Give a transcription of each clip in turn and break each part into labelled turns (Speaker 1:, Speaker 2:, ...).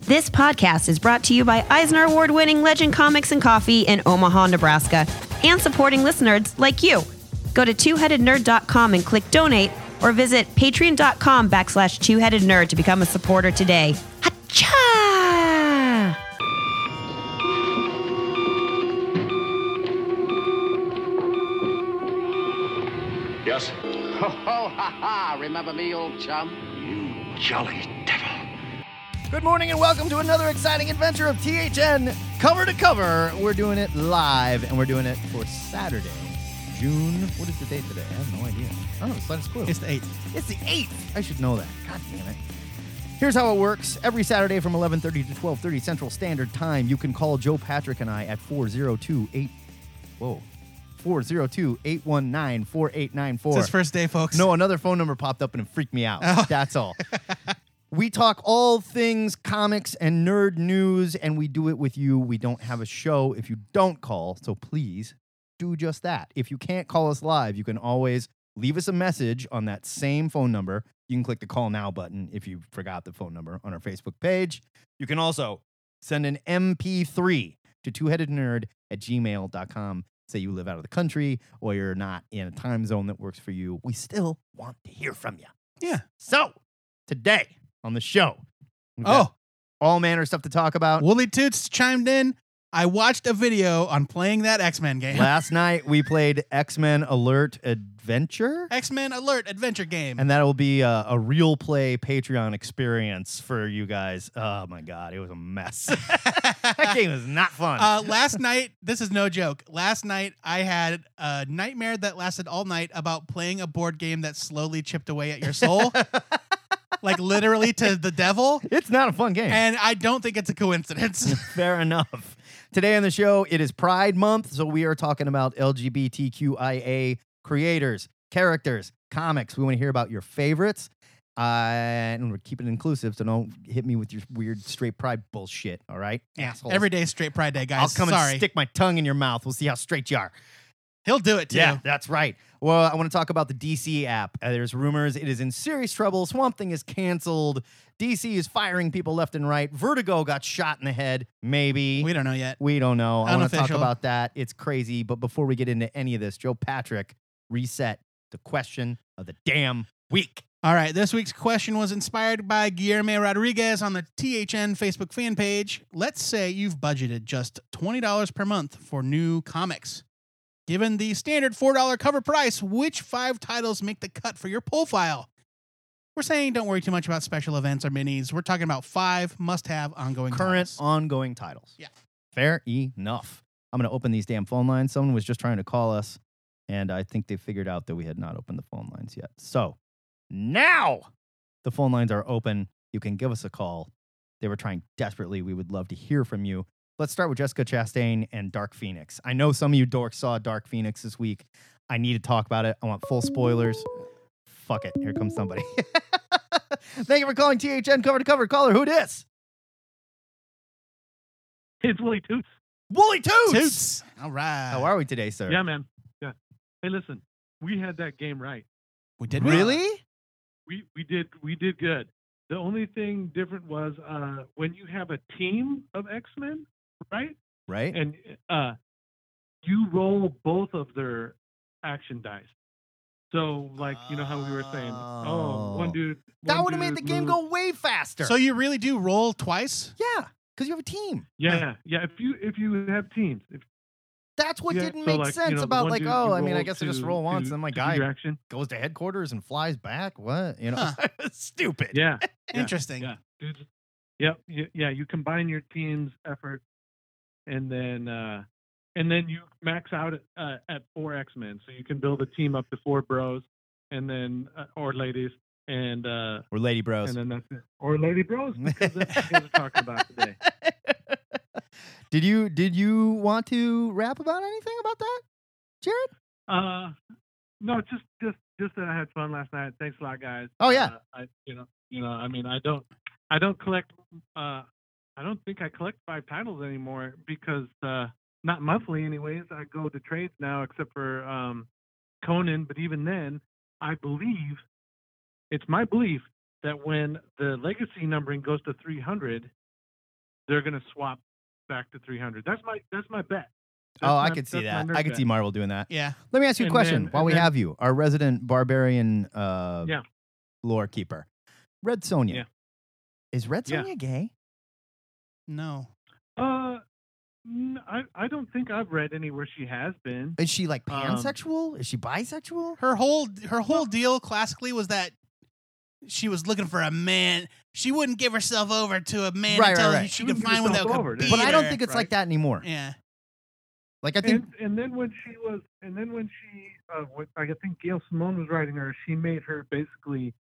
Speaker 1: This podcast is brought to you by Eisner Award winning Legend Comics and Coffee in Omaha, Nebraska, and supporting listeners like you. Go to twoheadednerd.com and click donate, or visit patreon.com backslash twoheadednerd to become a supporter today. Hacha!
Speaker 2: Yes.
Speaker 3: Ho, ho, Oh, ha, ha. Remember me, old chum?
Speaker 2: Jolly devil.
Speaker 4: Good morning and welcome to another exciting adventure of THN cover to cover. We're doing it live and we're doing it for Saturday, June. What is the date today? I have no idea. I don't know. Slightest clue.
Speaker 5: the eighth.
Speaker 4: It's the eighth. I should know that. God damn it. Here's how it works. Every Saturday from 11:30 to 12:30 Central Standard Time, you can call Joe Patrick and I at 402-8 Whoa. 402-819-4894.
Speaker 5: It's his first day, folks.
Speaker 4: No, another phone number popped up and it freaked me out.
Speaker 5: Oh.
Speaker 4: That's all. we talk all things comics and nerd news, and we do it with you. We don't have a show if you don't call, so please do just that. If you can't call us live, you can always leave us a message on that same phone number. You can click the call now button if you forgot the phone number on our Facebook page. You can also send an MP3 to twoheadednerd at gmail.com. Say you live out of the country or you're not in a time zone that works for you. We still want to hear from you.
Speaker 5: Yeah.
Speaker 4: So today on the show, we've got
Speaker 5: Oh,
Speaker 4: all manner of stuff to talk about.
Speaker 5: Wooly Toots chimed in. I watched a video on playing that X Men game.
Speaker 4: Last night we played X Men Alert Adventure.
Speaker 5: X Men Alert Adventure Game.
Speaker 4: And that will be a, a real play Patreon experience for you guys. Oh my God, it was a mess. that game was not fun.
Speaker 5: uh, last night, this is no joke. Last night, I had a nightmare that lasted all night about playing a board game that slowly chipped away at your soul, like literally to the devil.
Speaker 4: it's not a fun game.
Speaker 5: And I don't think it's a coincidence.
Speaker 4: Fair enough. Today on the show, it is Pride Month, so we are talking about LGBTQIA creators, characters, comics. We want to hear about your favorites. Uh, and we're keeping it inclusive, so don't hit me with your weird straight pride bullshit, all right?
Speaker 5: Yeah,
Speaker 4: Assholes.
Speaker 5: Every day, straight Pride Day, guys.
Speaker 4: I'll come
Speaker 5: Sorry,
Speaker 4: and stick my tongue in your mouth. We'll see how straight you are.
Speaker 5: he'll do it too.
Speaker 4: Yeah, that's right. Well, I want to talk about the DC app. Uh, there's rumors it is in serious trouble. Swamp Thing is canceled. DC is firing people left and right. Vertigo got shot in the head. Maybe
Speaker 5: We don't know yet.
Speaker 4: we don't know. I want to talk
Speaker 5: Unofficial.
Speaker 4: about that. It's crazy. But before we get into any of this, Joe Patrick reset the question of the damn week.
Speaker 5: All right, this week's question was inspired by Guillermo Rodriguez on the THN Facebook fan page. Let's say you've budgeted just $20 per month for new comics. Given the standard $4 cover price, which five titles make the cut for your pull file? We're saying don't worry too much about special events or minis. We're talking about five must have ongoing
Speaker 4: Current
Speaker 5: titles.
Speaker 4: ongoing titles.
Speaker 5: Yeah.
Speaker 4: Fair enough. I'm going to open these damn phone lines. Someone was just trying to call us, and I think they figured out that we had not opened the phone lines yet. So now the phone lines are open. You can give us a call. They were trying desperately. We would love to hear from you. Let's start with Jessica Chastain and Dark Phoenix. I know some of you dorks saw Dark Phoenix this week. I need to talk about it. I want full spoilers. Fuck it. Here comes somebody. Thank you for calling THN cover to cover. Caller, who dis?
Speaker 6: It's Willie Toots.
Speaker 4: Wooly Toots.
Speaker 5: Toots. All right.
Speaker 4: How are we today, sir?
Speaker 6: Yeah, man. Yeah. Hey, listen, we had that game right.
Speaker 5: we did we?
Speaker 4: Really?
Speaker 6: We we did we did good. The only thing different was uh, when you have a team of X Men, right?
Speaker 4: Right?
Speaker 6: And uh, you roll both of their action dice. So, like, you know how we were saying, oh,
Speaker 4: Oh.
Speaker 6: one dude.
Speaker 4: that
Speaker 6: one
Speaker 4: would have made the
Speaker 6: dude
Speaker 4: game
Speaker 6: moved-
Speaker 4: go way faster.
Speaker 5: So you really do roll twice?
Speaker 4: yeah, because you have a team.
Speaker 6: Yeah, yeah. If you if you have teams, if
Speaker 4: That's what
Speaker 6: yeah,
Speaker 4: didn't
Speaker 6: so,
Speaker 4: make
Speaker 6: like, you
Speaker 4: sense
Speaker 6: know, the
Speaker 4: about
Speaker 6: one
Speaker 4: like,
Speaker 6: dude
Speaker 4: oh,
Speaker 6: you
Speaker 4: I mean, I
Speaker 6: roll
Speaker 4: guess I just
Speaker 6: to-
Speaker 4: roll once,
Speaker 6: to-
Speaker 4: and then my
Speaker 6: to do your
Speaker 4: guy
Speaker 6: action.
Speaker 4: goes to headquarters and flies back. What? You know,
Speaker 5: Huh.
Speaker 4: stupid.
Speaker 6: Yeah, Yeah,
Speaker 5: Interesting.
Speaker 6: Yeah, dudes. Yep. y- Yeah, you combine your team's effort, and then uh, and then you max out at, uh, at four X Men, so you can build a team up to four bros, and then uh, or ladies, and uh,
Speaker 4: We're lady
Speaker 6: and
Speaker 4: bros.
Speaker 6: then that's it, or lady bros, because that's what we're talking about today.
Speaker 4: did you did you want to rap about anything about that, Jared?
Speaker 6: Uh, no, just just just that I had fun last night. Thanks a lot, guys.
Speaker 4: Oh, yeah.
Speaker 6: Uh, I you know you know I mean I don't I don't collect uh I don't think I collect five titles anymore because uh not monthly anyways. I go to trades now except for um Conan, but even then I believe it's my belief that when the legacy numbering goes to 300 they're going to swap back to 300. That's my that's my bet. That's
Speaker 4: Oh, I
Speaker 6: my-
Speaker 4: could see
Speaker 6: that's my
Speaker 4: that.
Speaker 6: nerd
Speaker 4: I could
Speaker 6: bet.
Speaker 4: see Marvel doing that.
Speaker 5: Yeah.
Speaker 4: Let me ask you a
Speaker 6: And
Speaker 4: question
Speaker 6: then-
Speaker 4: while
Speaker 6: and
Speaker 4: we
Speaker 6: then-
Speaker 4: have you, our resident barbarian uh,
Speaker 6: Yeah.
Speaker 4: lore keeper. Red Sonia.
Speaker 6: Yeah.
Speaker 4: Is Red
Speaker 6: Yeah.
Speaker 4: Sonia gay?
Speaker 5: No.
Speaker 6: Uh, n- I I don't think I've read anywhere she has been.
Speaker 4: Is she like
Speaker 6: Um,
Speaker 4: pansexual? Is she bisexual?
Speaker 5: Her whole her whole deal classically was that she was looking for a man. She wouldn't give herself over to a man
Speaker 4: Right,
Speaker 5: until
Speaker 4: right, right.
Speaker 5: she
Speaker 6: She
Speaker 5: could
Speaker 6: wouldn't give
Speaker 5: find one that
Speaker 6: herself
Speaker 5: could
Speaker 6: over,
Speaker 5: beat
Speaker 6: that's
Speaker 4: But I don't
Speaker 5: her.
Speaker 4: think it's like
Speaker 6: right?
Speaker 4: that anymore.
Speaker 5: Yeah.
Speaker 4: Like I think
Speaker 6: And and then when she was and then when she uh, what, I think Gail Simone was writing her, she made her basically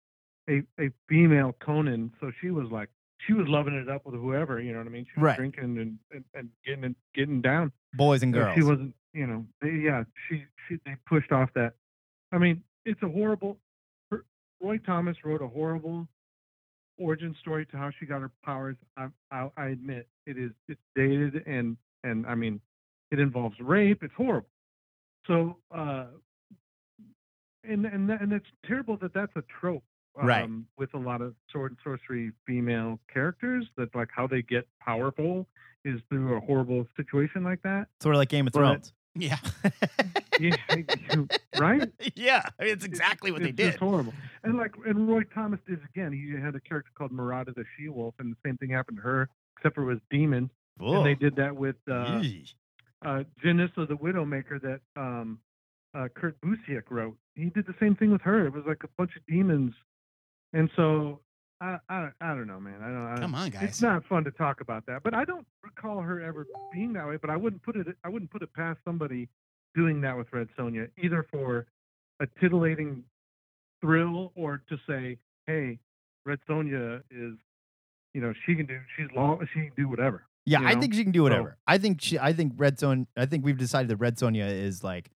Speaker 6: a a female Conan. So she was like she was loving it up with whoever, you know what I mean? She was
Speaker 4: Right.
Speaker 6: drinking and, and, and getting and getting down.
Speaker 4: boys and
Speaker 6: But
Speaker 4: girls.
Speaker 6: She wasn't, you know, they, yeah, she, she, they pushed off that. I mean, it's a horrible, her, Roy Thomas wrote a horrible origin story to how she got her powers. I, I, I admit it is, it's dated and, and I mean, it involves rape. It's horrible. So, uh, and, and, that, and it's terrible that that's a trope.
Speaker 4: Right.
Speaker 6: Um, with a lot of sword and sorcery female characters that like how they get powerful is through a horrible situation like that
Speaker 4: sort of like Game of
Speaker 6: But-
Speaker 4: Thrones.
Speaker 5: Yeah.
Speaker 6: yeah, right?
Speaker 4: yeah, I mean, it's exactly what they
Speaker 6: it's just
Speaker 4: did.
Speaker 6: horrible. And like, and Roy Thomas did it again. He had a character called Murata the She Wolf, and the same thing happened to her, except for it was demons. And they
Speaker 4: Ugh.
Speaker 6: did that with uh,
Speaker 4: Yee.
Speaker 6: uh, Janissa the Widowmaker that um, uh, Kurt Busiek wrote. He did the same thing with her. It was like a bunch of demons, and so I, I, I don't know, man. I don't. I don't
Speaker 5: Come on,
Speaker 6: it's
Speaker 5: guys.
Speaker 6: not fun to talk about that, but I don't recall her ever being that way. But I wouldn't put it. I wouldn't put it past somebody doing that with Red Sonja, either for a titillating thrill or to say, "Hey, Red Sonja is, you know, she can do. She's law. She can do whatever."
Speaker 4: Yeah,
Speaker 6: you
Speaker 4: I
Speaker 6: know?
Speaker 4: think she can do whatever. I think she. I think Red Son. I think we've decided that Red Sonia is like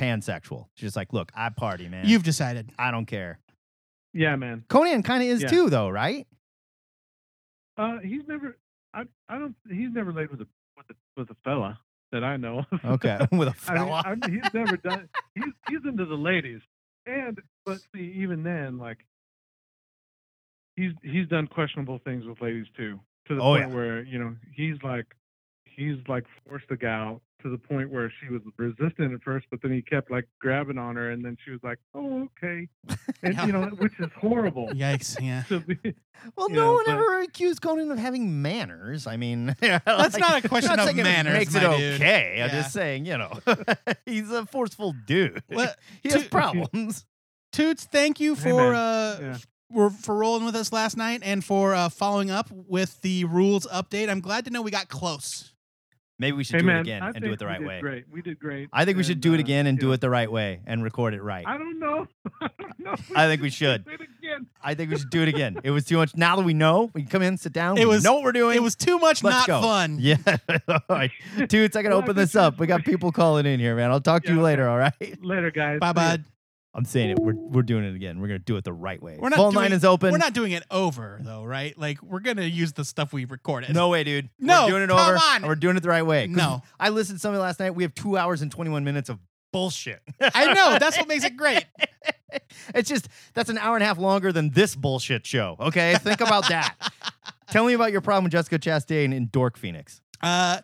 Speaker 4: pansexual. She's just like, look, I party, man.
Speaker 5: You've decided.
Speaker 4: I don't care.
Speaker 6: Yeah, man.
Speaker 4: Conan kind of is
Speaker 6: Yeah.
Speaker 4: too, though, right?
Speaker 6: Uh, he's never. I. I don't. He's never laid with a with a with a fella that I know. of.
Speaker 4: Okay, with a
Speaker 6: I mean,
Speaker 4: fella.
Speaker 6: I'm, he's never done. He's he's into the ladies, and but see, even then, like he's he's done questionable things with ladies too, to the
Speaker 4: Oh,
Speaker 6: point
Speaker 4: yeah.
Speaker 6: where you know he's like he's like forced the gal to the point where she was resistant at first, but then he kept like grabbing on her, and then she was like, "Oh, okay," and you know, which is horrible.
Speaker 5: Yikes. Yeah.
Speaker 6: To be,
Speaker 4: well,
Speaker 6: you
Speaker 4: no
Speaker 6: know,
Speaker 4: one
Speaker 6: but-
Speaker 4: ever accused Conan of having manners. I mean,
Speaker 5: That's not a question
Speaker 4: not
Speaker 5: of
Speaker 4: saying it
Speaker 5: manners,
Speaker 4: Makes it
Speaker 5: my dude.
Speaker 4: okay. I'm
Speaker 5: Yeah.
Speaker 4: just saying, you know, he's a forceful dude.
Speaker 5: Well,
Speaker 4: he has
Speaker 5: to-
Speaker 4: problems.
Speaker 5: Toots, thank you
Speaker 6: Hey,
Speaker 5: for
Speaker 6: man.
Speaker 5: uh
Speaker 6: Yeah.
Speaker 5: for, for rolling with us last night and for uh, following up with the rules update. I'm glad to know we got close.
Speaker 4: Maybe we should
Speaker 6: hey
Speaker 4: do
Speaker 6: man,
Speaker 4: it again
Speaker 6: I
Speaker 4: and do
Speaker 6: think
Speaker 4: it the
Speaker 6: we
Speaker 4: right
Speaker 6: did
Speaker 4: way.
Speaker 6: Great, we did great.
Speaker 4: I think we should do it again and uh, do
Speaker 6: it.
Speaker 4: it the right way and record it right.
Speaker 6: I don't know. I don't know.
Speaker 4: I think we should.
Speaker 6: do it again.
Speaker 4: I think we should do it again. It was too much. Now that we know, we can come in, sit down.
Speaker 5: It
Speaker 4: we
Speaker 5: was-
Speaker 4: know what we're doing.
Speaker 5: It was too much
Speaker 4: Let's
Speaker 5: not
Speaker 4: go.
Speaker 5: fun.
Speaker 4: Yeah. all right. Dudes, I got to
Speaker 6: Well, I
Speaker 4: open
Speaker 6: think
Speaker 4: this up.
Speaker 6: that's
Speaker 4: We got
Speaker 6: what-
Speaker 4: people calling in here, man. I'll talk to
Speaker 6: Yeah,
Speaker 4: you
Speaker 6: okay.
Speaker 4: later, all right?
Speaker 6: Later, guys.
Speaker 5: Bye
Speaker 6: See ya.
Speaker 5: bye.
Speaker 4: I'm saying it. We're, we're doing it again. We're going to do it the right way.
Speaker 5: We're not
Speaker 4: Phone
Speaker 5: doing-
Speaker 4: line is open.
Speaker 5: We're not doing it over though, right? Like we're gonna use the stuff we recorded.
Speaker 4: no way, dude.
Speaker 5: No,
Speaker 4: We're doing it
Speaker 5: come
Speaker 4: over.
Speaker 5: on.
Speaker 4: and We're doing it the right way. 'Cause
Speaker 5: No.
Speaker 4: I listened to something last night. We have two hours and 21 minutes of bullshit.
Speaker 5: I know that's what makes it great.
Speaker 4: it's just that's an hour and a half longer than this bullshit show. Okay, think about that. Tell me about your problem with Jessica Chastain in Dork Phoenix.
Speaker 5: Uh,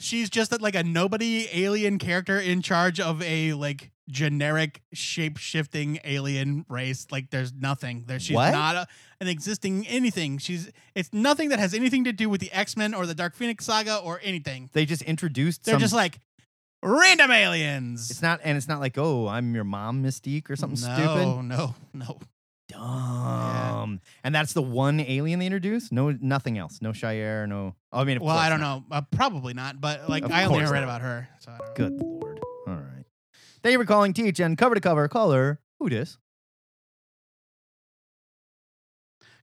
Speaker 5: she's just like a nobody alien character in charge of a like generic shape shifting alien race. Like there's nothing there. She's
Speaker 4: What?
Speaker 5: not a, an existing anything. She's it's nothing that has anything to do with the X Men or the Dark Phoenix saga or anything.
Speaker 4: They just introduced.
Speaker 5: They're
Speaker 4: some,
Speaker 5: just like random aliens.
Speaker 4: it's not, and it's not like, oh, I'm your mom, Mystique, or something
Speaker 5: no, no, no.
Speaker 4: stupid. Dumb. And that's the one alien they introduced. No, nothing else. No Shire. No. Oh, I mean, of
Speaker 5: Well, I
Speaker 4: course
Speaker 5: don't
Speaker 4: not.
Speaker 5: know. Uh, probably not. But like
Speaker 4: Of
Speaker 5: I only
Speaker 4: course
Speaker 5: read
Speaker 4: not.
Speaker 5: about her. So I don't know.
Speaker 4: Good lord. All right. Thank you for calling THN cover to cover. Caller, who dis?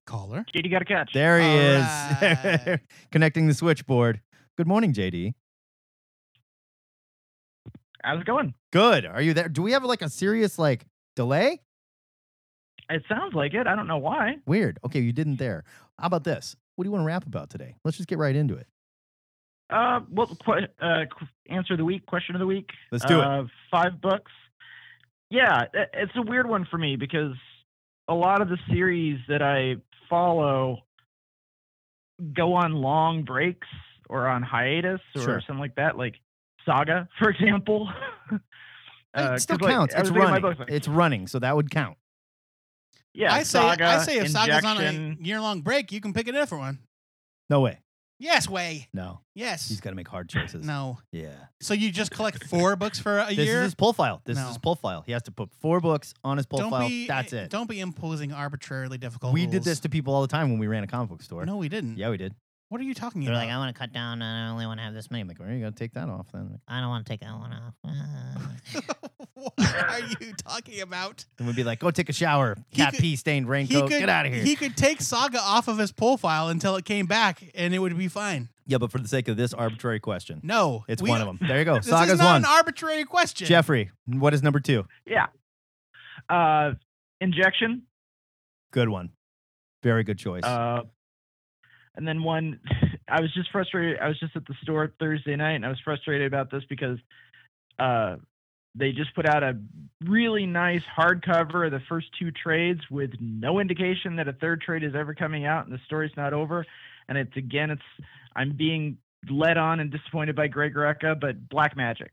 Speaker 5: caller.
Speaker 7: Did you got to catch?
Speaker 4: There he
Speaker 5: All
Speaker 4: is.
Speaker 5: right.
Speaker 4: Connecting the switchboard. Good morning, JD.
Speaker 7: How's it going?
Speaker 4: Good. Are you there? Do we have like a serious like delay?
Speaker 7: It sounds like it. I don't know why.
Speaker 4: Weird. Okay, you didn't there. How about this? What do you want to rap about today? Let's just get right into it.
Speaker 7: Uh, well, qu- uh, qu- answer of the week, question of the week.
Speaker 4: Let's do it.
Speaker 7: uh, Five bucks. Yeah, i- it's a weird one for me because a lot of the series that I follow go on long breaks or on hiatus or
Speaker 4: Sure.
Speaker 7: something like that, like Saga, for example. Uh,
Speaker 4: it still
Speaker 7: 'cause, like,
Speaker 4: counts.
Speaker 7: I
Speaker 4: it's
Speaker 7: was reading my
Speaker 4: running.
Speaker 7: books, like,
Speaker 4: it's running, so that would count.
Speaker 7: yeah,
Speaker 5: I say
Speaker 7: Saga,
Speaker 5: I say if Saga's on a
Speaker 7: Injection.
Speaker 5: year long break, you can pick a different one.
Speaker 4: No way.
Speaker 5: Yes, way.
Speaker 4: No, he's
Speaker 5: Yes.
Speaker 4: got to make hard choices.
Speaker 5: No.
Speaker 4: Yeah.
Speaker 5: So you just collect four books for a
Speaker 4: This
Speaker 5: year.
Speaker 4: is his pull file. This
Speaker 5: No.
Speaker 4: is his pull file. He has to put four books on his pull
Speaker 5: don't
Speaker 4: file.
Speaker 5: be
Speaker 4: That's it.
Speaker 5: Don't be imposing arbitrarily difficult.
Speaker 4: we did
Speaker 5: rules.
Speaker 4: this to people all the time when we ran a comic book store.
Speaker 5: No, we didn't.
Speaker 4: Yeah, we did.
Speaker 5: What are you talking
Speaker 4: They're
Speaker 5: about?
Speaker 4: like, I want to cut down, and I only want to have this many. I'm like, well, you got to take that off then.
Speaker 8: I don't want to take that one off.
Speaker 5: what are you talking about?
Speaker 4: And we'd be like, go take a shower.
Speaker 5: He
Speaker 4: Cat
Speaker 5: could-
Speaker 4: pee stained raincoat. Get out of here.
Speaker 5: He could take Saga off of his profile until it came back, and it would be fine.
Speaker 4: yeah, but for the sake of this arbitrary question,
Speaker 5: No,
Speaker 4: it's
Speaker 5: we-
Speaker 4: one of them. There you go.
Speaker 5: This
Speaker 4: Oh, Saga's
Speaker 5: is not
Speaker 4: one.
Speaker 5: an arbitrary question.
Speaker 4: Jeffrey, what is number two?
Speaker 7: Uh, injection.
Speaker 4: Good one. Very good choice.
Speaker 7: Uh, and then one, I was just frustrated. I was just at the store Thursday night, and I was frustrated about this because uh, they just put out a really nice hardcover of the first two trades with no indication that a third trade is ever coming out, and the story's not over. And it's again, it's I'm being led on and disappointed by Greg Rucka, but Black Magic.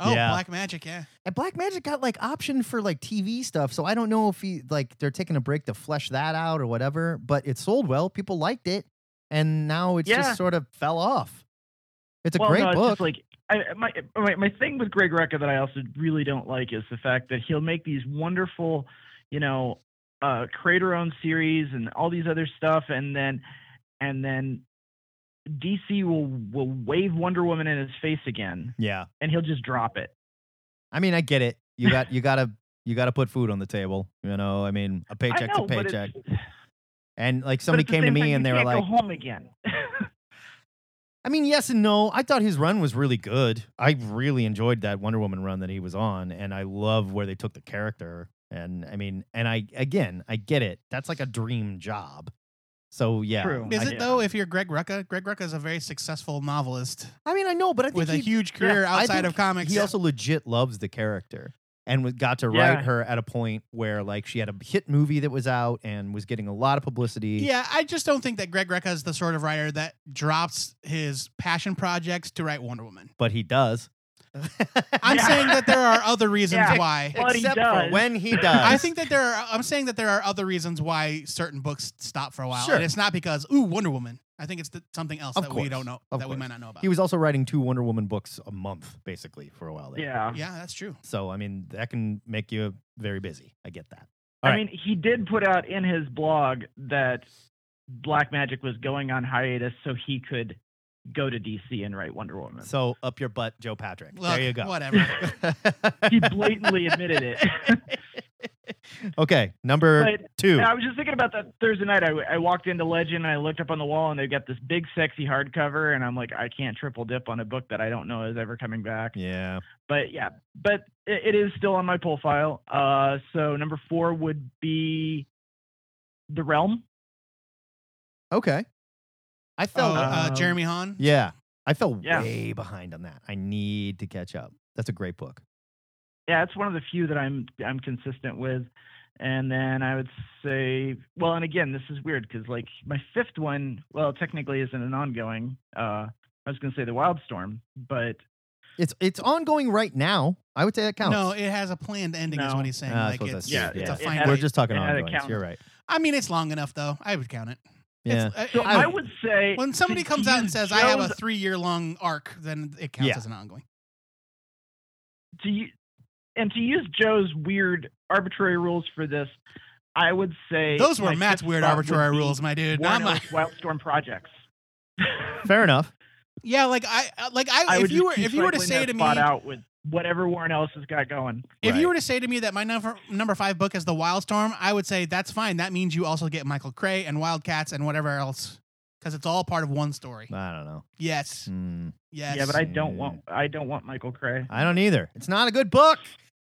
Speaker 5: Oh,
Speaker 4: Yeah.
Speaker 5: Black Magic. Yeah.
Speaker 4: And Black Magic got like option for like TV stuff, so I don't know if he like they're taking a break to flesh that out or whatever. But it sold well, people liked it, and now it's
Speaker 7: Yeah.
Speaker 4: just sort of fell off. It's a
Speaker 7: well,
Speaker 4: great
Speaker 7: no,
Speaker 4: book.
Speaker 7: It's just like I, my, my my thing with Greg Rucka that I also really don't like is the fact that he'll make these wonderful, you know, uh, creator-owned series and all these other stuff, and then and then DC will will wave Wonder Woman in his face again,
Speaker 4: yeah,
Speaker 7: and he'll just drop it.
Speaker 4: I mean, I get it. You got you gotta you gotta put food on the table. You know, I mean, a
Speaker 7: I
Speaker 4: paycheck
Speaker 7: know,
Speaker 4: to
Speaker 7: but
Speaker 4: paycheck.
Speaker 7: it's- but
Speaker 4: And like
Speaker 7: at
Speaker 4: somebody
Speaker 7: the
Speaker 4: came to
Speaker 7: same
Speaker 4: me
Speaker 7: time, you
Speaker 4: and they were
Speaker 7: can't
Speaker 4: like,
Speaker 7: go home again.
Speaker 4: I mean, yes and no. I thought his run was really good. I really enjoyed that Wonder Woman run that he was on, and I love where they took the character. And I mean, and I again, I get it. That's like a dream job. So yeah,
Speaker 7: True.
Speaker 5: Is
Speaker 4: I,
Speaker 5: it though? If you're Greg Rucka, Greg Rucka is a very successful novelist
Speaker 4: I mean, I know, but I think
Speaker 5: with a
Speaker 4: he,
Speaker 5: huge career
Speaker 4: I
Speaker 5: outside
Speaker 4: think
Speaker 5: of comics.
Speaker 4: he also legit loves the character and was- got to
Speaker 7: Yeah.
Speaker 4: write her at a point where like she had a hit movie that was out and was getting a lot of publicity.
Speaker 5: Yeah, I just don't think that Greg Rucka is the sort of writer that drops his passion projects to write Wonder Woman.
Speaker 4: but he does.
Speaker 5: I'm
Speaker 7: Yeah.
Speaker 5: saying that there are other reasons
Speaker 7: Yeah.
Speaker 5: why.
Speaker 7: But he
Speaker 4: Except for
Speaker 7: does.
Speaker 4: when he does.
Speaker 5: I think that there are. I'm saying that there are other reasons why certain books stop for a while,
Speaker 4: Sure.
Speaker 5: and it's not because ooh Wonder Woman. I think it's th- something else
Speaker 4: Of
Speaker 5: that we
Speaker 4: course.
Speaker 5: don't know
Speaker 4: Of
Speaker 5: that we
Speaker 4: course.
Speaker 5: might not know about.
Speaker 4: He was also writing two Wonder Woman books a month, basically, for a while there.
Speaker 7: yeah.
Speaker 5: yeah, that's true.
Speaker 4: So, I mean, that can make you very busy. I get that. All
Speaker 7: I
Speaker 4: right.
Speaker 7: mean, he did put out in his blog that Black Magic was going on hiatus so he could go to DC and write Wonder Woman.
Speaker 4: So, up your butt, Joe Patrick.
Speaker 5: Look,
Speaker 4: there you go.
Speaker 5: Whatever.
Speaker 7: he blatantly admitted it.
Speaker 4: okay. Number
Speaker 7: But-
Speaker 4: two.
Speaker 7: I was just thinking about that Thursday night. I, I walked into Legend and I looked up on the wall and they've got this big, sexy hardcover. And I'm like, I can't triple dip on a book that I don't know is ever coming back.
Speaker 4: Yeah.
Speaker 7: But yeah, but it, it is still on my pull file. Uh, so number four would be The Realm.
Speaker 4: Okay. I
Speaker 5: Oh,
Speaker 4: felt,
Speaker 5: uh,
Speaker 7: Um,
Speaker 5: Jeremy Hahn.
Speaker 4: yeah. I fell
Speaker 7: Yeah.
Speaker 4: way behind on that. I need to catch up. That's a great book.
Speaker 7: yeah, it's one of the few that I'm I'm consistent with. And then I would say, well, and again, this is weird because like my fifth one, well, technically isn't an ongoing. Uh, I was gonna say the Wildstorm, but
Speaker 4: It's it's ongoing right now. I would say that counts.
Speaker 5: No, it has a planned ending. Is
Speaker 7: No.
Speaker 5: what he's saying.
Speaker 4: Ah, that's
Speaker 5: like
Speaker 4: what
Speaker 5: it's,
Speaker 4: that's-
Speaker 5: it's
Speaker 7: yeah,
Speaker 5: a
Speaker 7: yeah.
Speaker 5: fine.
Speaker 7: It
Speaker 4: We're
Speaker 7: had-
Speaker 4: just talking
Speaker 7: it had a
Speaker 4: ongoings.
Speaker 7: count.
Speaker 4: You're right.
Speaker 5: I mean, it's long enough though. I would count it.
Speaker 4: Yeah.
Speaker 5: It's, uh,
Speaker 7: so
Speaker 5: it-
Speaker 7: I,
Speaker 4: I-
Speaker 7: would say
Speaker 5: when somebody
Speaker 7: to
Speaker 5: comes out and
Speaker 7: use
Speaker 5: says I have a
Speaker 7: Joe's-
Speaker 5: three year long arc, then it counts
Speaker 4: Yeah.
Speaker 5: as an ongoing.
Speaker 7: to u- and to use Joe's weird arbitrary rules for this, I would say
Speaker 5: Those were
Speaker 7: my
Speaker 5: Matt's
Speaker 7: fifth
Speaker 5: weird
Speaker 7: spot would
Speaker 5: arbitrary
Speaker 7: be
Speaker 5: rules, my dude. Not
Speaker 7: Warren
Speaker 5: my.
Speaker 7: Ellis Wildstorm projects.
Speaker 4: Fair enough.
Speaker 5: Yeah, like I, uh, like I,
Speaker 7: I
Speaker 5: if
Speaker 7: would
Speaker 5: you
Speaker 7: just
Speaker 5: were,
Speaker 7: keep
Speaker 5: if you were to
Speaker 7: cycling
Speaker 5: say
Speaker 7: that
Speaker 5: to me,
Speaker 7: spot out with whatever Warren Ellis has got going.
Speaker 5: if
Speaker 4: Right.
Speaker 5: you were to say to me that my number number five book is The Wildstorm, I would say that's fine. That means you also get Michael Cray and Wildcats and whatever else, because it's all part of one story.
Speaker 4: I don't know.
Speaker 5: Yes,
Speaker 4: Hmm.
Speaker 5: yes.
Speaker 7: Yeah, but I don't
Speaker 4: Yeah.
Speaker 7: want I don't want Michael Cray.
Speaker 4: I don't either. It's not a good book.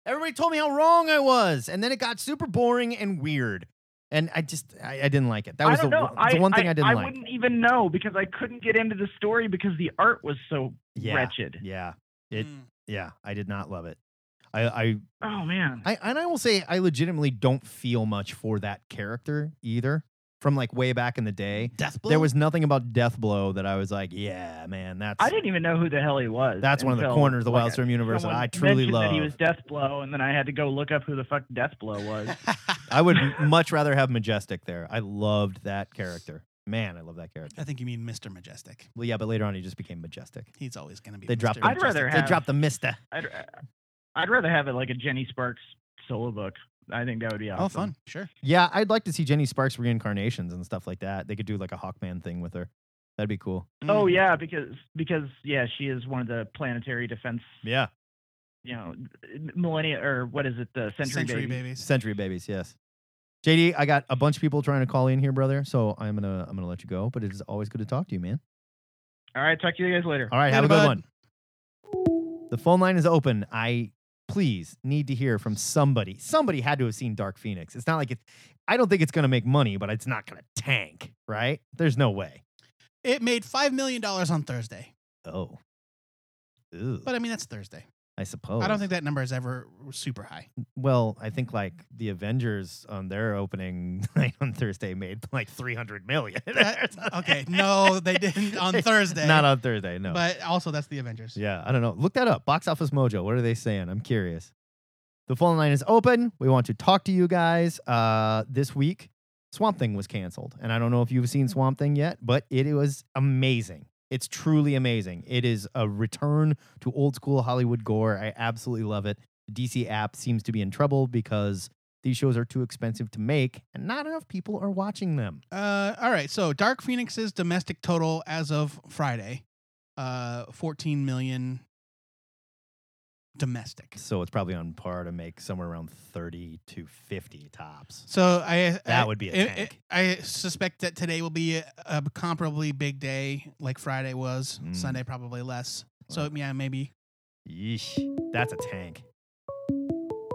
Speaker 4: Everybody told me how wrong I was, and then it got super boring and weird. And I just, I, I didn't like it. That was
Speaker 7: I
Speaker 4: the,
Speaker 7: don't know.
Speaker 4: one- the one thing I, didn't
Speaker 7: I
Speaker 4: like.
Speaker 7: wouldn't even know because I couldn't get into the story because the art was so
Speaker 4: Yeah.
Speaker 7: wretched.
Speaker 4: Yeah, it-
Speaker 5: Mm.
Speaker 4: yeah, I did not love it. I, I,
Speaker 7: Oh man.
Speaker 4: I, and I will say, I legitimately don't feel much for that character either. from like way back in the day.
Speaker 5: Death
Speaker 4: There was nothing about Deathblow that I was like, yeah, man, that's
Speaker 7: I didn't even know who the hell he was.
Speaker 4: that's one of the
Speaker 7: until,
Speaker 4: corners of the
Speaker 7: like,
Speaker 4: Wildstorm universe that
Speaker 7: someone
Speaker 4: I truly
Speaker 7: mentioned That he
Speaker 4: love.
Speaker 7: was Deathblow, and then I had to go look up who the fuck Deathblow was.
Speaker 4: I would much rather have Majestic there. I loved that character. Man, I love that character.
Speaker 5: I think you mean Mr. Majestic.
Speaker 4: Well, yeah, but later on he just became Majestic.
Speaker 5: He's always going to be.
Speaker 4: They
Speaker 5: Mr.
Speaker 4: dropped.
Speaker 5: Majestic.
Speaker 7: I'd rather
Speaker 4: They
Speaker 7: have-
Speaker 4: dropped the Mister.
Speaker 7: I'd, I'd rather have it like a Jenny Sparks solo book. I think that would be awesome.
Speaker 5: Oh, fun. Sure.
Speaker 4: Yeah, I'd like to see Jenny Sparks reincarnations and stuff like that. They could do like a Hawkman thing with her. That'd be cool.
Speaker 7: Oh
Speaker 5: Mm.
Speaker 7: yeah, because because yeah, she is one of the planetary defense.
Speaker 4: Yeah,
Speaker 7: You know, millennia or what is it? The century,
Speaker 5: Century
Speaker 7: baby.
Speaker 5: babies.
Speaker 4: Century Babies. Yes. JD, I got a bunch of people trying to call in here, brother. So I'm gonna I'm gonna let you go. But it is always good to talk to you, man.
Speaker 7: All right, talk to you guys later.
Speaker 4: All right,
Speaker 5: Later,
Speaker 4: have a good
Speaker 5: bud.
Speaker 4: one. The phone line is open. I please need to hear from somebody. Somebody had to have seen Dark Phoenix. It's not like it. I don't think it's gonna make money, but it's not gonna tank, right? There's no way.
Speaker 5: It made five million dollars on Thursday,
Speaker 4: Oh. Ooh.
Speaker 5: but I mean that's Thursday.
Speaker 4: I suppose.
Speaker 5: I don't think that number is ever super high.
Speaker 4: Well, I think like the Avengers on their opening night on Thursday made like 300 million.
Speaker 5: That- okay, no, they didn't on Thursday.
Speaker 4: Not on Thursday, no.
Speaker 5: But also, that's the Avengers.
Speaker 4: yeah, I don't know. Look that up. Box Office Mojo. What are they saying? I'm curious. The phone line is open. We want to talk to you guys. Uh, this week, Swamp Thing was canceled. And I don't know if you've seen Swamp Thing yet, but it was amazing. It's truly amazing. It is a return to old school Hollywood gore. I absolutely love it. The DC app seems to be in trouble because these shows are too expensive to make and not enough people are watching them.
Speaker 5: Uh, all right. So Dark Phoenix's domestic total as of Friday, uh, fourteen million domestic.
Speaker 4: So it's probably on par to make somewhere around 30 to 50 tops.
Speaker 5: So I
Speaker 4: That
Speaker 5: I-
Speaker 4: would be a
Speaker 5: I- I-
Speaker 4: tank.
Speaker 5: I suspect that today will be a, a comparably big day, like Friday was.
Speaker 4: Mm.
Speaker 5: Sunday probably less. So yeah, maybe.
Speaker 4: Yeesh, that's a tank.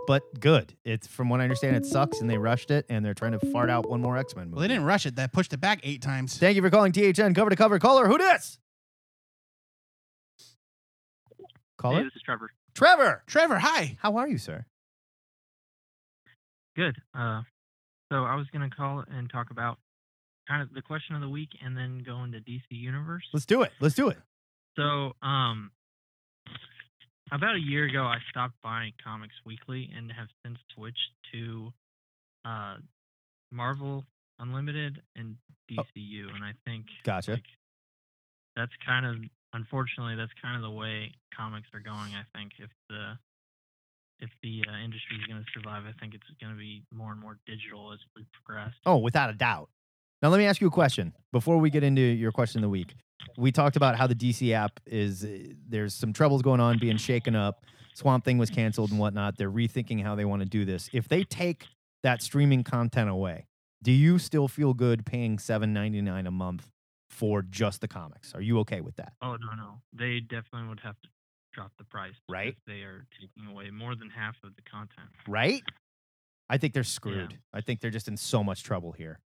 Speaker 4: But good. It's from what I understand, it sucks and they rushed it and they're trying to fart out one more X Men movie.
Speaker 5: Well, they didn't rush it. That pushed it back eight times.
Speaker 4: Thank you for calling THN cover to cover. Caller, who dis? Caller?
Speaker 8: Hey, this is Trevor.
Speaker 4: Trevor!
Speaker 5: Trevor, hi.
Speaker 4: How are you, sir?
Speaker 8: Good. Uh, so I was going to call and talk about kind of the question of the week and then go into DC Universe.
Speaker 4: Let's do it. Let's do it.
Speaker 8: So, um, about a year ago, I stopped buying comics weekly and have since switched to uh, Marvel Unlimited and DCU. And I think
Speaker 4: Gotcha.
Speaker 8: like, that's kind of unfortunately that's kind of the way comics are going. I think if the if the uh, industry is going to survive, I think it's going to be more and more digital as we progress.
Speaker 4: Oh, without a doubt. Now, let me ask you a question before we get into your question of the week. We talked about how the DC app is, eh, there's some troubles going on being shaken up. Swamp Thing was canceled and whatnot. They're rethinking how they want to do this. If they take that streaming content away, do you still feel good paying $7.99 a month for just the comics? Are you okay with that?
Speaker 8: Oh no, no, they definitely would have to drop the price. because
Speaker 4: Right.
Speaker 8: they are taking away more than half of the content.
Speaker 4: right? I think they're screwed. I think they're just in so much trouble here.